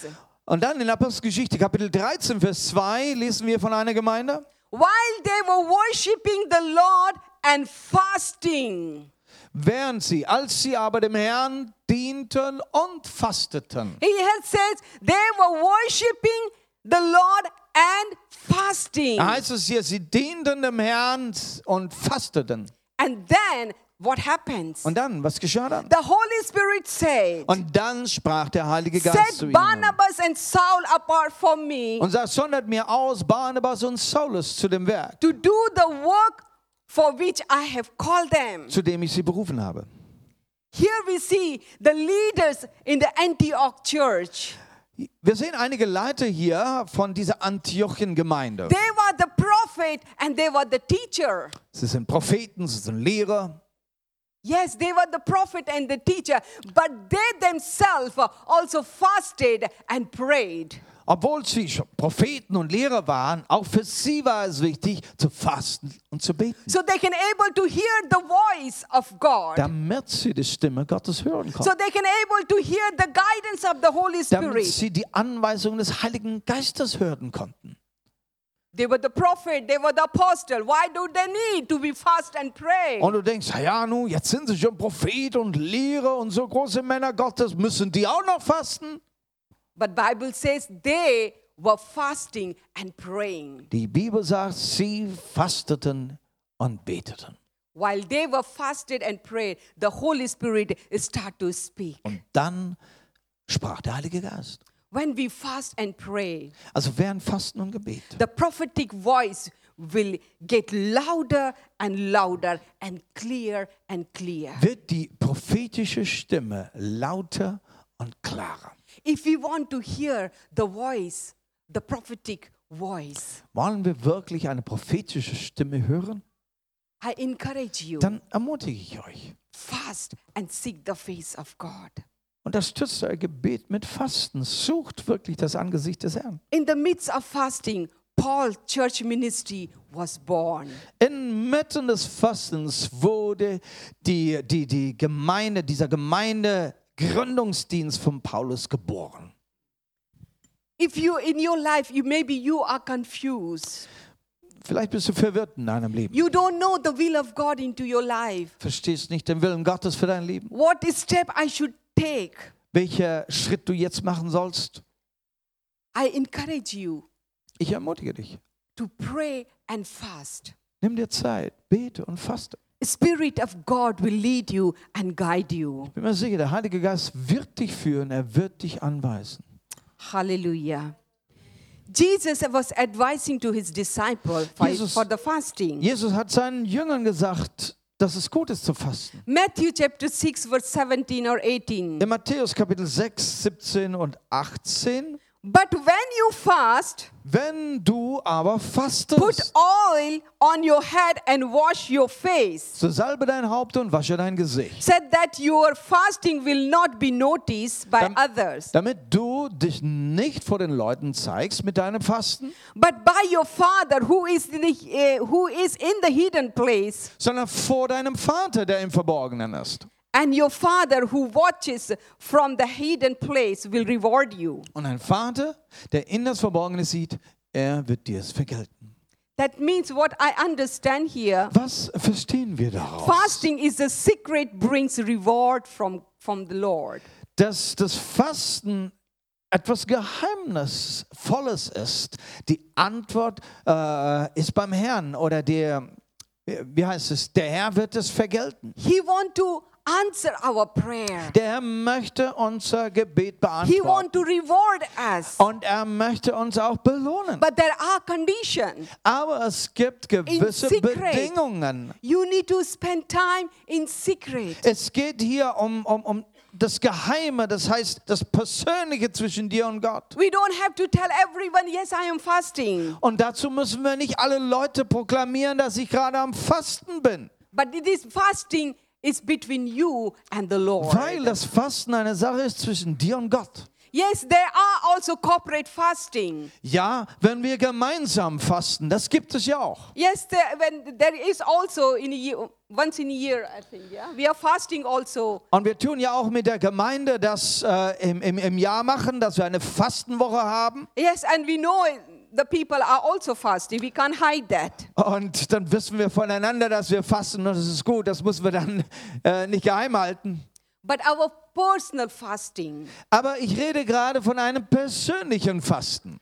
[SPEAKER 2] Und dann in Apostelgeschichte Kapitel 13, Vers 2 lesen wir von einer Gemeinde.
[SPEAKER 1] While they were worshiping the Lord and fasting,
[SPEAKER 2] Während sie, als sie aber dem Herrn dienten und fasteten.
[SPEAKER 1] He had said they were worshiping the Lord and fasting.
[SPEAKER 2] Da heißt es hier, sie dienten dem Herrn und fasteten.
[SPEAKER 1] And then what happens?
[SPEAKER 2] Und dann, was geschah dann?
[SPEAKER 1] The Holy Spirit said,
[SPEAKER 2] Und dann sprach der Heilige Geist zu
[SPEAKER 1] Set
[SPEAKER 2] ihnen
[SPEAKER 1] Barnabas and Saul apart from me
[SPEAKER 2] und sagt, sondert mir aus Barnabas und Saulus zu dem Werk,
[SPEAKER 1] to do the work for which I have called them.
[SPEAKER 2] zu dem ich sie berufen habe.
[SPEAKER 1] Here we see the leaders in the Antioch church.
[SPEAKER 2] Wir sehen einige Leiter hier von dieser Antiochien-Gemeinde.
[SPEAKER 1] They were the prophet and they were the teacher.
[SPEAKER 2] Sie sind Propheten, sie sind Lehrer,
[SPEAKER 1] Yes, they were the prophet and the teacher, but they themselves also fasted and prayed.
[SPEAKER 2] Obwohl sie schon Propheten und Lehrer waren, auch für sie war es wichtig, zu fasten und zu beten,
[SPEAKER 1] so they can able to hear the voice of God.
[SPEAKER 2] damit sie die Stimme Gottes hören
[SPEAKER 1] so
[SPEAKER 2] konnten,
[SPEAKER 1] they can able to hear the guidance of the Holy
[SPEAKER 2] damit
[SPEAKER 1] Spirit.
[SPEAKER 2] sie die Anweisungen des Heiligen Geistes hören konnten.
[SPEAKER 1] they were the prophet, they were the apostle. Why do they need to be fast and pray?
[SPEAKER 2] Und du denkst, ja, nun, jetzt sind sie schon Prophet und Lehrer und so große Männer Gottes, müssen die auch noch fasten?
[SPEAKER 1] but Bible says they were fasting and praying.
[SPEAKER 2] Die Bibel sagt, sie fasteten und beteten.
[SPEAKER 1] While they were fasted and prayed, the Holy Spirit start to speak.
[SPEAKER 2] Und dann sprach der Heilige Geist.
[SPEAKER 1] When we fast and pray,
[SPEAKER 2] Also während Fasten und Gebet.
[SPEAKER 1] the prophetic voice will get louder and louder and clear and clear.
[SPEAKER 2] wird die prophetische Stimme lauter und klarer.
[SPEAKER 1] If we want to hear the voice, the prophetic voice,
[SPEAKER 2] Wollen wir wirklich eine prophetische Stimme hören?
[SPEAKER 1] I encourage you
[SPEAKER 2] Dann ermutige ich euch.
[SPEAKER 1] fast and seek the face of God.
[SPEAKER 2] Und das stützt euer Gebet mit Fasten. Sucht wirklich das Angesicht des Herrn.
[SPEAKER 1] In the midst of fasting, Paul church ministry was born.
[SPEAKER 2] Inmitten des Fastens wurde die, die, die Gemeinde, dieser Gemeindegründungsdienst von Paulus geboren.
[SPEAKER 1] If you in your life, you maybe you are confused.
[SPEAKER 2] Vielleicht bist du verwirrt in deinem Leben.
[SPEAKER 1] You don't know the will of God into your life.
[SPEAKER 2] Verstehst nicht den Willen Gottes für dein Leben.
[SPEAKER 1] What step I should take?
[SPEAKER 2] Welcher Schritt du jetzt machen sollst.
[SPEAKER 1] I encourage you
[SPEAKER 2] Ich ermutige dich.
[SPEAKER 1] to pray and fast.
[SPEAKER 2] Nimm dir Zeit, bete und faste.
[SPEAKER 1] Spirit of God will lead you and guide you.
[SPEAKER 2] Bin mir sicher, der Heilige Geist wird dich führen, er wird dich anweisen.
[SPEAKER 1] Hallelujah. Jesus was advising to his disciple for,
[SPEAKER 2] Jesus-
[SPEAKER 1] for the fasting.
[SPEAKER 2] Jesus hat seinen Jüngern gesagt, dass es gut ist zu fasten.
[SPEAKER 1] Matthew chapter 6 verse 17 or 18.
[SPEAKER 2] In Matthäus Kapitel 6, 17 und 18.
[SPEAKER 1] But when you fast,
[SPEAKER 2] Wenn du aber
[SPEAKER 1] put
[SPEAKER 2] fastest,
[SPEAKER 1] oil on your head and wash your face,
[SPEAKER 2] so salbe dein Haupt und wasche dein Gesicht,
[SPEAKER 1] said that your fasting will not be noticed by
[SPEAKER 2] Dam-
[SPEAKER 1] others,
[SPEAKER 2] damit du dich nicht vor den Leuten zeigst mit deinem Fasten,
[SPEAKER 1] but by your Father who is in the, uh, who is in the hidden place.
[SPEAKER 2] sondern vor deinem Vater, der im Verborgenen ist.
[SPEAKER 1] And your Father who watches from the hidden place will reward you.
[SPEAKER 2] Und ein Vater, der in das Verborgene sieht, er wird dir es vergelten.
[SPEAKER 1] That means what I understand here
[SPEAKER 2] Was verstehen wir daraus?
[SPEAKER 1] fasting is a secret, brings reward from, from the Lord.
[SPEAKER 2] dass das Fasten etwas Geheimnisvolles ist. Die Antwort äh, ist beim Herrn oder der, wie heißt es, der Herr wird es vergelten.
[SPEAKER 1] He want to answer our prayer,
[SPEAKER 2] Der Herr möchte unser Gebet
[SPEAKER 1] He want
[SPEAKER 2] beantworten.
[SPEAKER 1] to reward us.
[SPEAKER 2] Und er möchte uns auch belohnen.
[SPEAKER 1] But there are conditions.
[SPEAKER 2] Aber es gibt gewisse
[SPEAKER 1] secret.
[SPEAKER 2] Bedingungen.
[SPEAKER 1] You need to spend time in secret.
[SPEAKER 2] Es geht hier um, um, um das Geheime, das heißt das Persönliche zwischen dir und Gott.
[SPEAKER 1] We don't have to tell everyone, yes, I am fasting.
[SPEAKER 2] Und dazu müssen wir nicht alle Leute proklamieren, dass ich gerade am Fasten bin.
[SPEAKER 1] But it is fasting is between you and the Lord.
[SPEAKER 2] Weil das Fasten eine Sache ist zwischen dir und Gott.
[SPEAKER 1] Yes, there are also corporate fasting.
[SPEAKER 2] Ja, wenn wir gemeinsam fasten, das gibt es ja auch.
[SPEAKER 1] Yes, there, when there is also in a year, once in a year, I think. Yeah, we are fasting also.
[SPEAKER 2] Und wir tun ja auch mit der Gemeinde das äh, im, im, im Jahr machen, dass wir eine Fastenwoche haben.
[SPEAKER 1] Yes, and we know the people are also fasting. We can't hide that.
[SPEAKER 2] Und dann wissen wir voneinander, dass wir fasten und das ist gut. Das müssen wir dann äh, nicht geheim halten.
[SPEAKER 1] But our personal fasting,
[SPEAKER 2] Aber ich rede gerade von einem persönlichen Fasten.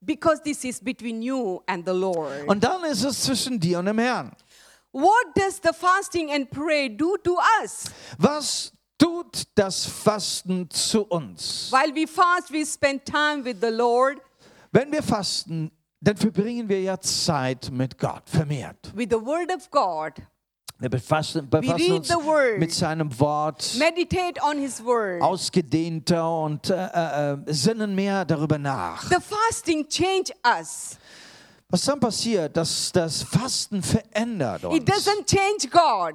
[SPEAKER 1] because this is between you and the Lord.
[SPEAKER 2] Und dann ist es zwischen dir und dem Herrn.
[SPEAKER 1] What does the fasting and prayer do to us?
[SPEAKER 2] Was tut das Fasten zu uns?
[SPEAKER 1] While we fast, we spend time with the Lord,
[SPEAKER 2] Wenn wir fasten, dann verbringen wir ja Zeit mit Gott vermehrt.
[SPEAKER 1] with the Word of God.
[SPEAKER 2] Wir befassen,
[SPEAKER 1] read
[SPEAKER 2] befassen uns
[SPEAKER 1] the word.
[SPEAKER 2] mit seinem Wort
[SPEAKER 1] Meditate on His Word.
[SPEAKER 2] ausgedehnter und äh, äh, äh, sinnen mehr darüber nach.
[SPEAKER 1] The fasting change us.
[SPEAKER 2] Was dann passiert, dass das Fasten verändert
[SPEAKER 1] It
[SPEAKER 2] uns.
[SPEAKER 1] doesn't change God,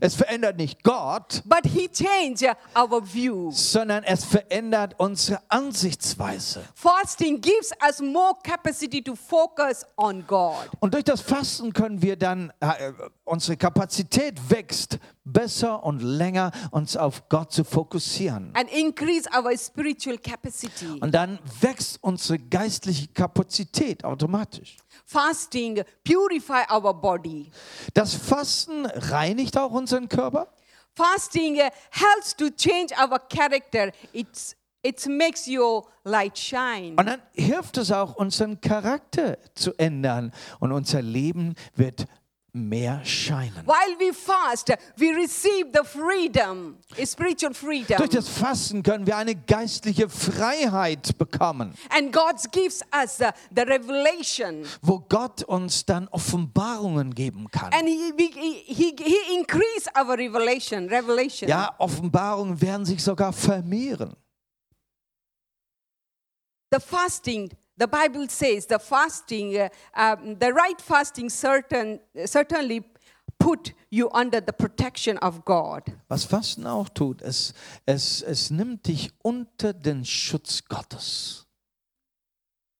[SPEAKER 2] Es verändert nicht Gott,
[SPEAKER 1] but He change our view.
[SPEAKER 2] sondern es verändert unsere Ansichtsweise.
[SPEAKER 1] Fasting gives us more capacity to focus on God.
[SPEAKER 2] Und durch das Fasten können wir dann, äh, unsere Kapazität wächst, besser und länger uns auf Gott zu fokussieren.
[SPEAKER 1] and increase our spiritual capacity.
[SPEAKER 2] Und dann wächst unsere geistliche Kapazität automatisch.
[SPEAKER 1] Fasting purify our body.
[SPEAKER 2] Das Fasten reinigt auch unseren Körper.
[SPEAKER 1] Fasting uh, helps to change our character. It's, it makes your light shine.
[SPEAKER 2] Und dann hilft es auch, unseren Charakter zu ändern. Und unser Leben wird mehr scheinen.
[SPEAKER 1] While we fast, we receive the freedom, spiritual freedom.
[SPEAKER 2] Durch das Fasten können wir eine geistliche Freiheit bekommen,
[SPEAKER 1] And God gives us uh, the revelation.
[SPEAKER 2] wo Gott uns dann Offenbarungen geben kann.
[SPEAKER 1] And he, we- he, he, he increase our revelation, revelation.
[SPEAKER 2] Ja, Offenbarungen werden sich sogar vermehren.
[SPEAKER 1] The fasting, the Bible says, the fasting, uh, um, the right fasting certain, certainly put you under the protection of God.
[SPEAKER 2] Was Fasten auch tut, es, es, es nimmt dich unter den Schutz Gottes.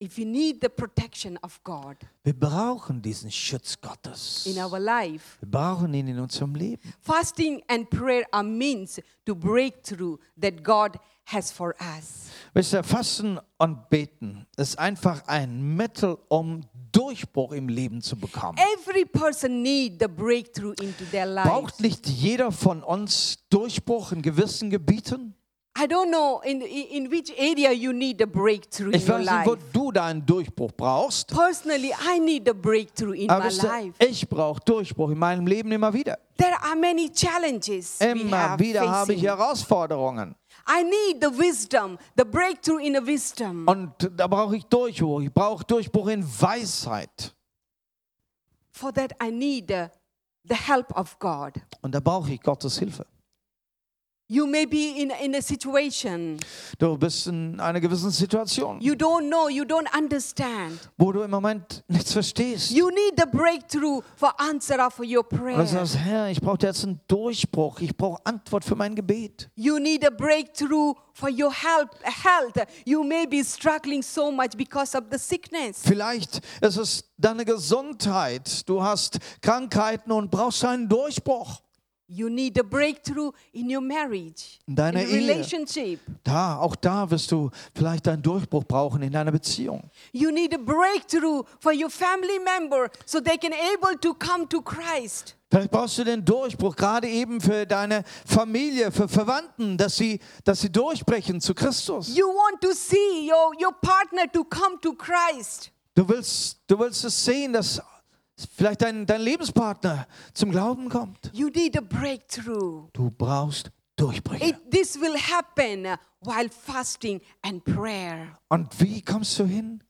[SPEAKER 1] If you need the protection of God
[SPEAKER 2] Wir brauchen diesen Schutz Gottes.
[SPEAKER 1] in our life,
[SPEAKER 2] Wir brauchen ihn in unserem Leben.
[SPEAKER 1] fasting and prayer are means to break through that God has for us.
[SPEAKER 2] Wisst ihr, Fasten und Beten ist einfach ein Mittel, um Durchbruch im Leben zu bekommen.
[SPEAKER 1] Every person need the breakthrough into their life.
[SPEAKER 2] Braucht nicht jeder von uns Durchbruch in gewissen Gebieten?
[SPEAKER 1] I don't know in, in which area you need a breakthrough in
[SPEAKER 2] Ich
[SPEAKER 1] your
[SPEAKER 2] weiß nicht, wo
[SPEAKER 1] life.
[SPEAKER 2] du deinen Durchbruch brauchst,
[SPEAKER 1] Personally, I need a breakthrough in my
[SPEAKER 2] aber wisst ihr,
[SPEAKER 1] life.
[SPEAKER 2] ich brauche Durchbruch in meinem Leben immer wieder.
[SPEAKER 1] There are many challenges. we
[SPEAKER 2] Immer
[SPEAKER 1] have
[SPEAKER 2] wieder habe ich
[SPEAKER 1] facing.
[SPEAKER 2] Herausforderungen.
[SPEAKER 1] I need the wisdom, the breakthrough in the wisdom.
[SPEAKER 2] Und da brauche ich Durchbruch. Ich brauche Durchbruch in Weisheit.
[SPEAKER 1] For that, I need uh, the help of God.
[SPEAKER 2] Und da brauche ich Gottes Hilfe.
[SPEAKER 1] You may be in, in a situation
[SPEAKER 2] Du bist in einer gewissen Situation,
[SPEAKER 1] you don't know, you don't understand.
[SPEAKER 2] wo du im Moment nichts verstehst.
[SPEAKER 1] You need the breakthrough for answer of your prayer.
[SPEAKER 2] Und du sagst, Herr, ich brauche jetzt einen Durchbruch. Ich brauche Antwort für mein Gebet.
[SPEAKER 1] You need a breakthrough for your help, health. You may be struggling so much because of the sickness.
[SPEAKER 2] Vielleicht ist es deine Gesundheit. Du hast Krankheiten und brauchst einen Durchbruch.
[SPEAKER 1] You need a breakthrough in your marriage,
[SPEAKER 2] In deiner
[SPEAKER 1] in
[SPEAKER 2] Ehe.
[SPEAKER 1] relationship.
[SPEAKER 2] Da, auch da wirst du vielleicht einen Durchbruch brauchen in deiner Beziehung.
[SPEAKER 1] You need a breakthrough for your family member so they can able to come to Christ.
[SPEAKER 2] Vielleicht brauchst du den Durchbruch gerade eben für deine Familie, für Verwandten, dass sie, dass sie durchbrechen zu Christus.
[SPEAKER 1] You want to see your, your partner to come to Christ.
[SPEAKER 2] Du willst, du willst es sehen, dass vielleicht dein, dein Lebenspartner zum Glauben kommt.
[SPEAKER 1] You need a breakthrough.
[SPEAKER 2] Du brauchst Durchbrüche.
[SPEAKER 1] It, this will happen while fasting and prayer.
[SPEAKER 2] Und wie kommst du hin?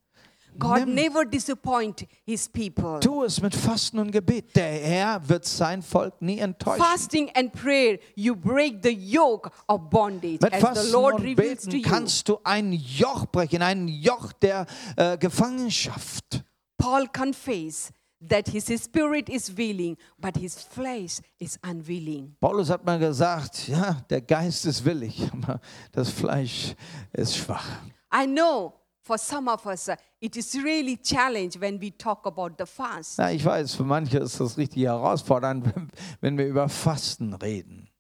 [SPEAKER 1] God
[SPEAKER 2] Nimm-
[SPEAKER 1] never disappoint his people.
[SPEAKER 2] Tu es mit Fasten und Gebet. Der Herr wird sein Volk nie enttäuschen.
[SPEAKER 1] Fasting and prayer, you break the yoke of bondage
[SPEAKER 2] Mit
[SPEAKER 1] as the
[SPEAKER 2] Fasten
[SPEAKER 1] Lord
[SPEAKER 2] und
[SPEAKER 1] reveals to
[SPEAKER 2] Beten
[SPEAKER 1] you.
[SPEAKER 2] kannst du ein Joch brechen, ein Joch der äh, Gefangenschaft.
[SPEAKER 1] Paul confessed that his spirit is willing, but his flesh is unwilling.
[SPEAKER 2] Paulus hat mal gesagt, ja, der Geist ist willig, aber das Fleisch ist schwach.
[SPEAKER 1] I know for some of us, uh, it is really challenge when we talk about the fast.
[SPEAKER 2] Na, ich weiß, für manche ist das richtig herausfordernd, wenn- wenn wir über Fasten reden.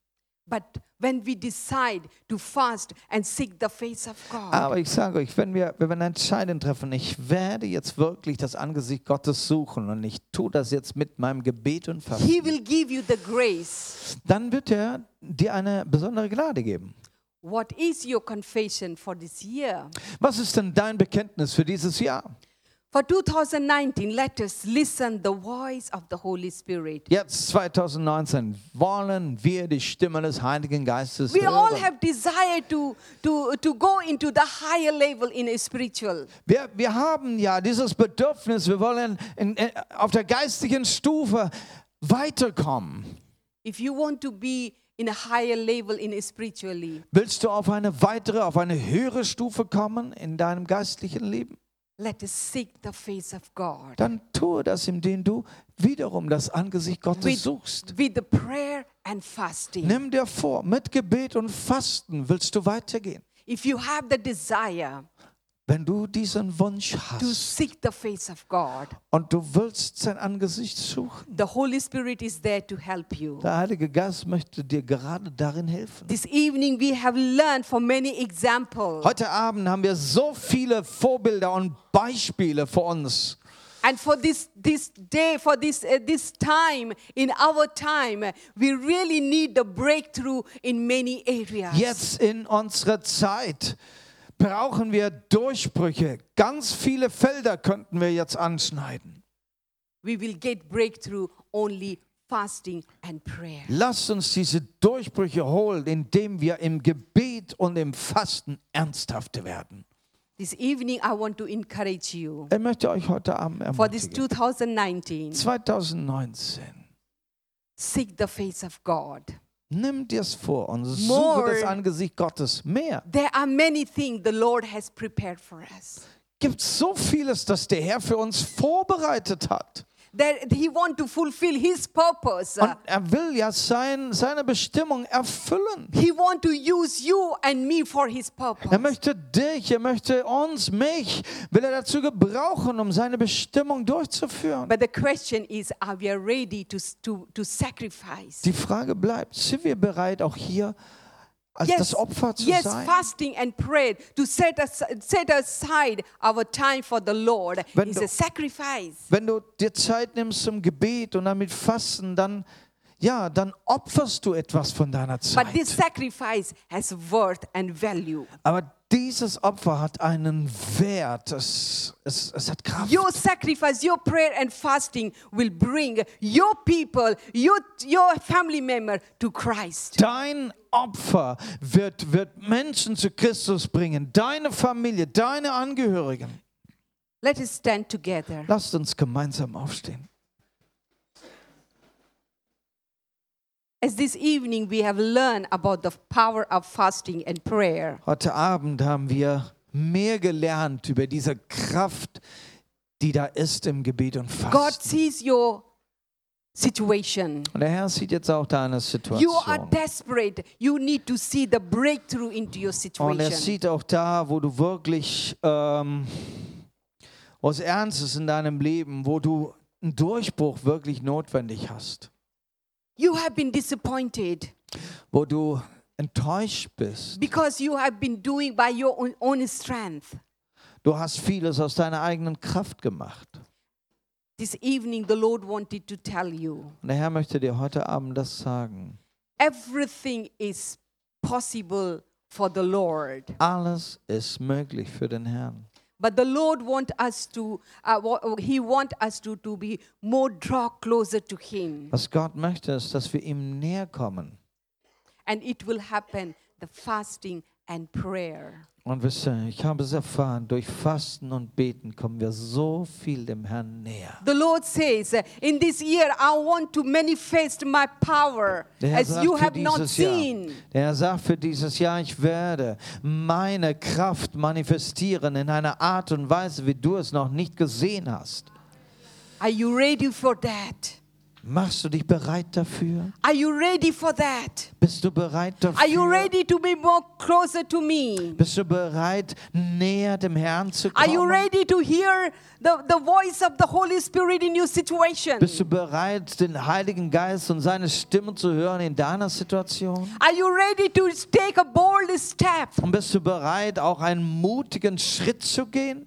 [SPEAKER 1] But when we decide to fast and seek the face of God,
[SPEAKER 2] Aber ich sage euch, wenn wir, wenn wir eine Entscheidung treffen, ich werde jetzt wirklich das Angesicht Gottes suchen und ich tue das jetzt mit meinem Gebet und Fasten.
[SPEAKER 1] He will give you the grace.
[SPEAKER 2] dann wird er dir eine besondere Gnade geben.
[SPEAKER 1] What is your confession for this year?
[SPEAKER 2] Was ist denn dein Bekenntnis für dieses Jahr?
[SPEAKER 1] For 2019, let us listen the voice of the Holy Spirit.
[SPEAKER 2] Jetzt 2019 wollen wir die Stimme des Heiligen Geistes
[SPEAKER 1] We all
[SPEAKER 2] hören.
[SPEAKER 1] have desire to, to, to go into the higher level in a spiritual.
[SPEAKER 2] Wir, wir haben ja dieses Bedürfnis, wir wollen in, in, auf der geistigen Stufe weiterkommen.
[SPEAKER 1] If you want to be in a higher level in a spiritually,
[SPEAKER 2] Willst du auf eine weitere, auf eine höhere Stufe kommen in deinem geistlichen Leben?
[SPEAKER 1] let us seek the face of God
[SPEAKER 2] Dann tue das, indem du wiederum das Angesicht Gottes suchst.
[SPEAKER 1] with the prayer and fasting.
[SPEAKER 2] Nimm dir vor, mit Gebet und Fasten willst du weitergehen.
[SPEAKER 1] If you have the desire
[SPEAKER 2] Wenn du diesen Wunsch
[SPEAKER 1] to
[SPEAKER 2] hast
[SPEAKER 1] seek the face of God,
[SPEAKER 2] und du willst sein Angesicht suchen,
[SPEAKER 1] the Holy Spirit is there to help you.
[SPEAKER 2] der Heilige Geist möchte dir gerade darin helfen.
[SPEAKER 1] This evening we have learned from many examples.
[SPEAKER 2] Heute Abend haben wir so viele Vorbilder und Beispiele vor uns.
[SPEAKER 1] And for this, this day, for this, uh, this time, in our time, uh, we really need the breakthrough in many areas.
[SPEAKER 2] Jetzt in unserer Zeit brauchen wir Durchbrüche. Ganz viele Felder könnten wir jetzt anschneiden.
[SPEAKER 1] we will get breakthrough only fasting and prayer.
[SPEAKER 2] Lasst uns diese Durchbrüche holen, indem wir im Gebet und im Fasten ernsthafter werden.
[SPEAKER 1] This evening, I want to encourage you
[SPEAKER 2] Ich möchte euch heute Abend
[SPEAKER 1] for this
[SPEAKER 2] ermutigen.
[SPEAKER 1] 2019
[SPEAKER 2] 2019.
[SPEAKER 1] seek the face of God.
[SPEAKER 2] Nimm dir es vor und
[SPEAKER 1] More.
[SPEAKER 2] suche das Angesicht Gottes mehr.
[SPEAKER 1] There are many things the Lord has prepared for us.
[SPEAKER 2] Gibt so vieles, das der Herr für uns vorbereitet hat.
[SPEAKER 1] That He wants to fulfill His purpose.
[SPEAKER 2] Und er will ja sein, seine Bestimmung erfüllen.
[SPEAKER 1] He wants to use you and me for His purpose.
[SPEAKER 2] Er möchte dich, er möchte uns, mich, will er dazu gebrauchen, um seine Bestimmung durchzuführen.
[SPEAKER 1] But the question is, are we ready to, to, to sacrifice?
[SPEAKER 2] Die Frage bleibt, sind wir bereit, auch hier als das Opfer zu
[SPEAKER 1] yes,
[SPEAKER 2] sein?
[SPEAKER 1] fasting and prayer to set, as, set aside our time for the Lord
[SPEAKER 2] Wenn
[SPEAKER 1] is
[SPEAKER 2] du-
[SPEAKER 1] a sacrifice.
[SPEAKER 2] Wenn du dir Zeit nimmst zum Gebet und damit Fasten, dann, ja, dann opferst du etwas von deiner
[SPEAKER 1] But this
[SPEAKER 2] Zeit.
[SPEAKER 1] sacrifice has worth and value.
[SPEAKER 2] Aber dieses Opfer hat einen Wert, es, es, es hat Kraft.
[SPEAKER 1] Your sacrifice, your prayer and fasting will bring your people, your, your family member to Christ.
[SPEAKER 2] Dein Opfer wird, wird Menschen zu Christus bringen, deine Familie, deine Angehörigen.
[SPEAKER 1] Let us stand together.
[SPEAKER 2] Lasst uns gemeinsam aufstehen.
[SPEAKER 1] As this evening we have learned about the power of fasting and prayer.
[SPEAKER 2] Heute Abend haben wir mehr gelernt über diese Kraft, die da ist im Gebet und
[SPEAKER 1] God
[SPEAKER 2] Fasten.
[SPEAKER 1] sees your situation.
[SPEAKER 2] Und der Herr sieht jetzt auch deine
[SPEAKER 1] You are
[SPEAKER 2] Situation.
[SPEAKER 1] desperate. You need to see the breakthrough into your
[SPEAKER 2] Und er
[SPEAKER 1] situation.
[SPEAKER 2] sieht auch da, wo du wirklich ähm, was Ernstes in deinem Leben, wo du einen Durchbruch wirklich notwendig hast,
[SPEAKER 1] You have been disappointed
[SPEAKER 2] wo du enttäuscht bist.
[SPEAKER 1] because you have been doing by your own, own strength.
[SPEAKER 2] Du hast vieles aus deiner eigenen Kraft gemacht.
[SPEAKER 1] This evening, the Lord wanted to tell you
[SPEAKER 2] Und der Herr möchte dir heute Abend das sagen.
[SPEAKER 1] everything is possible for the Lord.
[SPEAKER 2] Alles ist möglich für den Herrn.
[SPEAKER 1] But the Lord want us to, uh, wa- He want us to, to be more draw closer to Him.
[SPEAKER 2] Was Gott möchte, ist, dass wir ihm näher kommen.
[SPEAKER 1] And it will happen the fasting and prayer.
[SPEAKER 2] Und wisst ihr, ich habe es erfahren, durch Fasten und Beten kommen wir so viel dem Herrn näher.
[SPEAKER 1] The Lord says, In this year I want to manifest my power
[SPEAKER 2] Der Herr,
[SPEAKER 1] as you
[SPEAKER 2] sagt für
[SPEAKER 1] have not
[SPEAKER 2] dieses Jahr,
[SPEAKER 1] seen.
[SPEAKER 2] der Herr sagt für dieses Jahr, ich werde meine Kraft manifestieren in einer Art und Weise, wie du es noch nicht gesehen hast.
[SPEAKER 1] Are you ready for that?
[SPEAKER 2] Machst du dich bereit dafür?
[SPEAKER 1] Are you ready for that?
[SPEAKER 2] Bist du bereit dafür?
[SPEAKER 1] Are you ready to be more closer to me?
[SPEAKER 2] Bist du bereit, näher dem Herrn zu
[SPEAKER 1] Are you
[SPEAKER 2] kommen?
[SPEAKER 1] ready to hear the, the voice of the Holy Spirit in your situation?
[SPEAKER 2] Bist du bereit, den Heiligen Geist und seine Stimme zu hören in deiner Situation?
[SPEAKER 1] Are you ready to take a bold step
[SPEAKER 2] Und bist du bereit, auch einen mutigen Schritt zu gehen?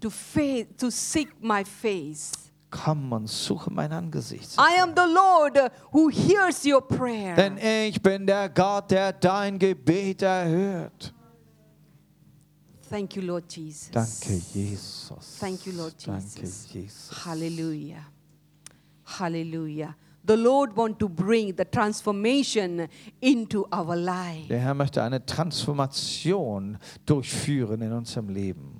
[SPEAKER 1] to, fa- to seek my face?
[SPEAKER 2] Komm und suche mein Angesicht.
[SPEAKER 1] I am the Lord who hears your prayer.
[SPEAKER 2] Denn ich bin der Gott, der dein Gebet erhört.
[SPEAKER 1] Thank you, Lord Jesus.
[SPEAKER 2] Danke, Jesus.
[SPEAKER 1] Thank you, Lord
[SPEAKER 2] Danke,
[SPEAKER 1] Jesus.
[SPEAKER 2] Jesus.
[SPEAKER 1] Hallelujah. Hallelujah. The Lord want to bring the transformation into our life.
[SPEAKER 2] Der Herr möchte eine Transformation durchführen in unserem Leben.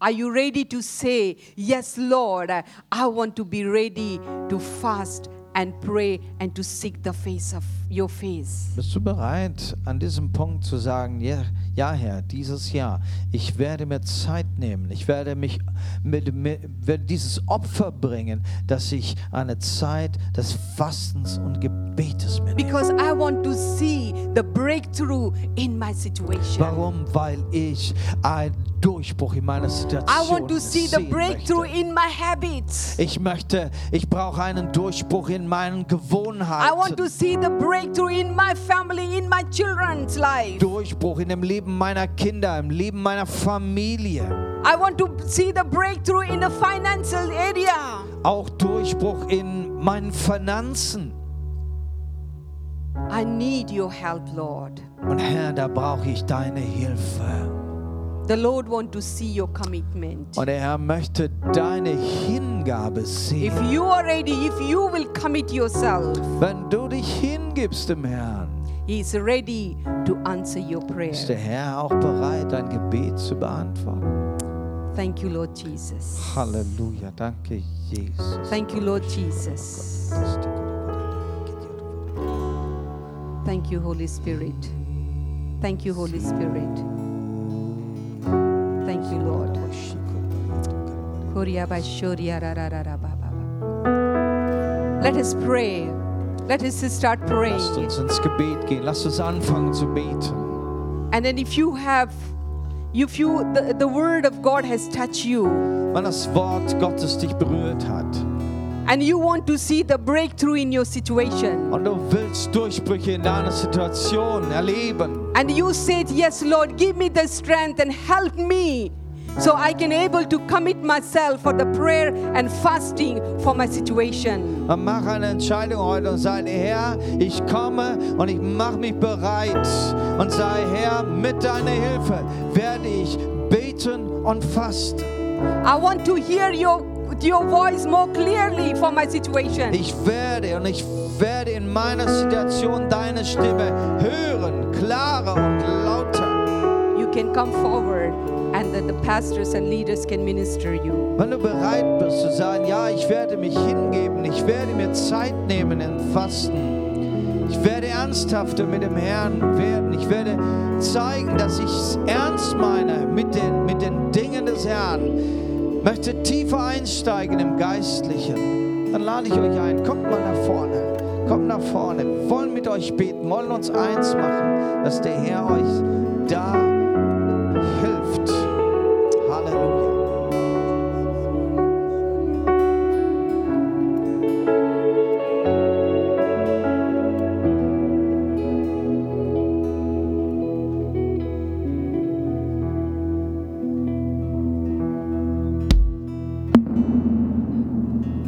[SPEAKER 1] Are you ready to say, Yes, Lord, I want to be ready to fast and pray and to seek the face of your face?
[SPEAKER 2] Bist du bereit, an diesem Punkt zu sagen, ja, ja Herr, dieses Jahr, ich werde mir Zeit nehmen, ich werde mich mit, mit werde dieses Opfer bringen, dass ich eine Zeit des Fastens und Gebetes mir nehme.
[SPEAKER 1] Because I want to see the breakthrough in my situation.
[SPEAKER 2] Warum? Weil ich einen Durchbruch in meiner
[SPEAKER 1] I
[SPEAKER 2] Situation
[SPEAKER 1] want to see the
[SPEAKER 2] sehen
[SPEAKER 1] breakthrough
[SPEAKER 2] möchte.
[SPEAKER 1] in my habits.
[SPEAKER 2] Ich möchte, ich brauche einen Durchbruch in
[SPEAKER 1] I
[SPEAKER 2] meinen
[SPEAKER 1] want to
[SPEAKER 2] Gewohnheiten.
[SPEAKER 1] see the breakthrough in my family, in my children's life.
[SPEAKER 2] Durchbruch in dem Leben meiner Kinder, im Leben meiner Familie.
[SPEAKER 1] I want to see the breakthrough in the financial area.
[SPEAKER 2] auch Durchbruch in meinen Finanzen.
[SPEAKER 1] I need your help, Lord.
[SPEAKER 2] Und Herr, da brauche ich deine Hilfe.
[SPEAKER 1] The Lord wants to see your commitment.
[SPEAKER 2] Und der Herr möchte deine Hingabe
[SPEAKER 1] If
[SPEAKER 2] sehen.
[SPEAKER 1] you are ready, if you will commit yourself,
[SPEAKER 2] Wenn du dich hingibst dem Herrn,
[SPEAKER 1] He is ready to answer your
[SPEAKER 2] ist der
[SPEAKER 1] prayer.
[SPEAKER 2] Herr auch bereit, dein Gebet zu beantworten.
[SPEAKER 1] Thank you, Lord Jesus.
[SPEAKER 2] Halleluja, danke Jesus.
[SPEAKER 1] Thank you, Lord Jesus. Thank you, Holy Spirit. Thank you, Holy Spirit. Thank you, Lord. Let us pray. Let us start
[SPEAKER 2] Lasst
[SPEAKER 1] praying.
[SPEAKER 2] uns ins Gebet gehen, lasst uns anfangen zu beten.
[SPEAKER 1] And then if you have, if you, the, the word of God has touched you
[SPEAKER 2] Wenn das Wort Gottes dich berührt hat
[SPEAKER 1] and you want to see the breakthrough in your situation
[SPEAKER 2] und du willst Durchbrüche in deiner Situation erleben
[SPEAKER 1] and you said, yes, Lord, give me the strength and help me so I can able to commit myself for the prayer and fasting for my situation.
[SPEAKER 2] dann mach eine Entscheidung heute und sei, Herr, ich komme und ich mache mich bereit und sei, Herr, mit deiner Hilfe werde ich beten und fasten.
[SPEAKER 1] I want to hear your, your voice more clearly for my situation.
[SPEAKER 2] Ich werde und ich werde in meiner Situation deine Stimme hören, klarer und lauter.
[SPEAKER 1] You can come forward and the, the pastors and leaders can minister you.
[SPEAKER 2] Wenn du bereit bist zu sagen, ja, ich werde mich hingeben, ich werde mir Zeit nehmen im Fasten. Ich werde ernsthafter mit dem Herrn werden. Ich werde zeigen, dass ich es ernst meine mit den, mit den Dingen des Herrn. Möchte tiefer einsteigen im Geistlichen. Dann lade ich euch ein. Kommt mal nach vorne. Kommt nach vorne. Wir wollen mit euch beten, wollen uns eins machen, dass der Herr euch da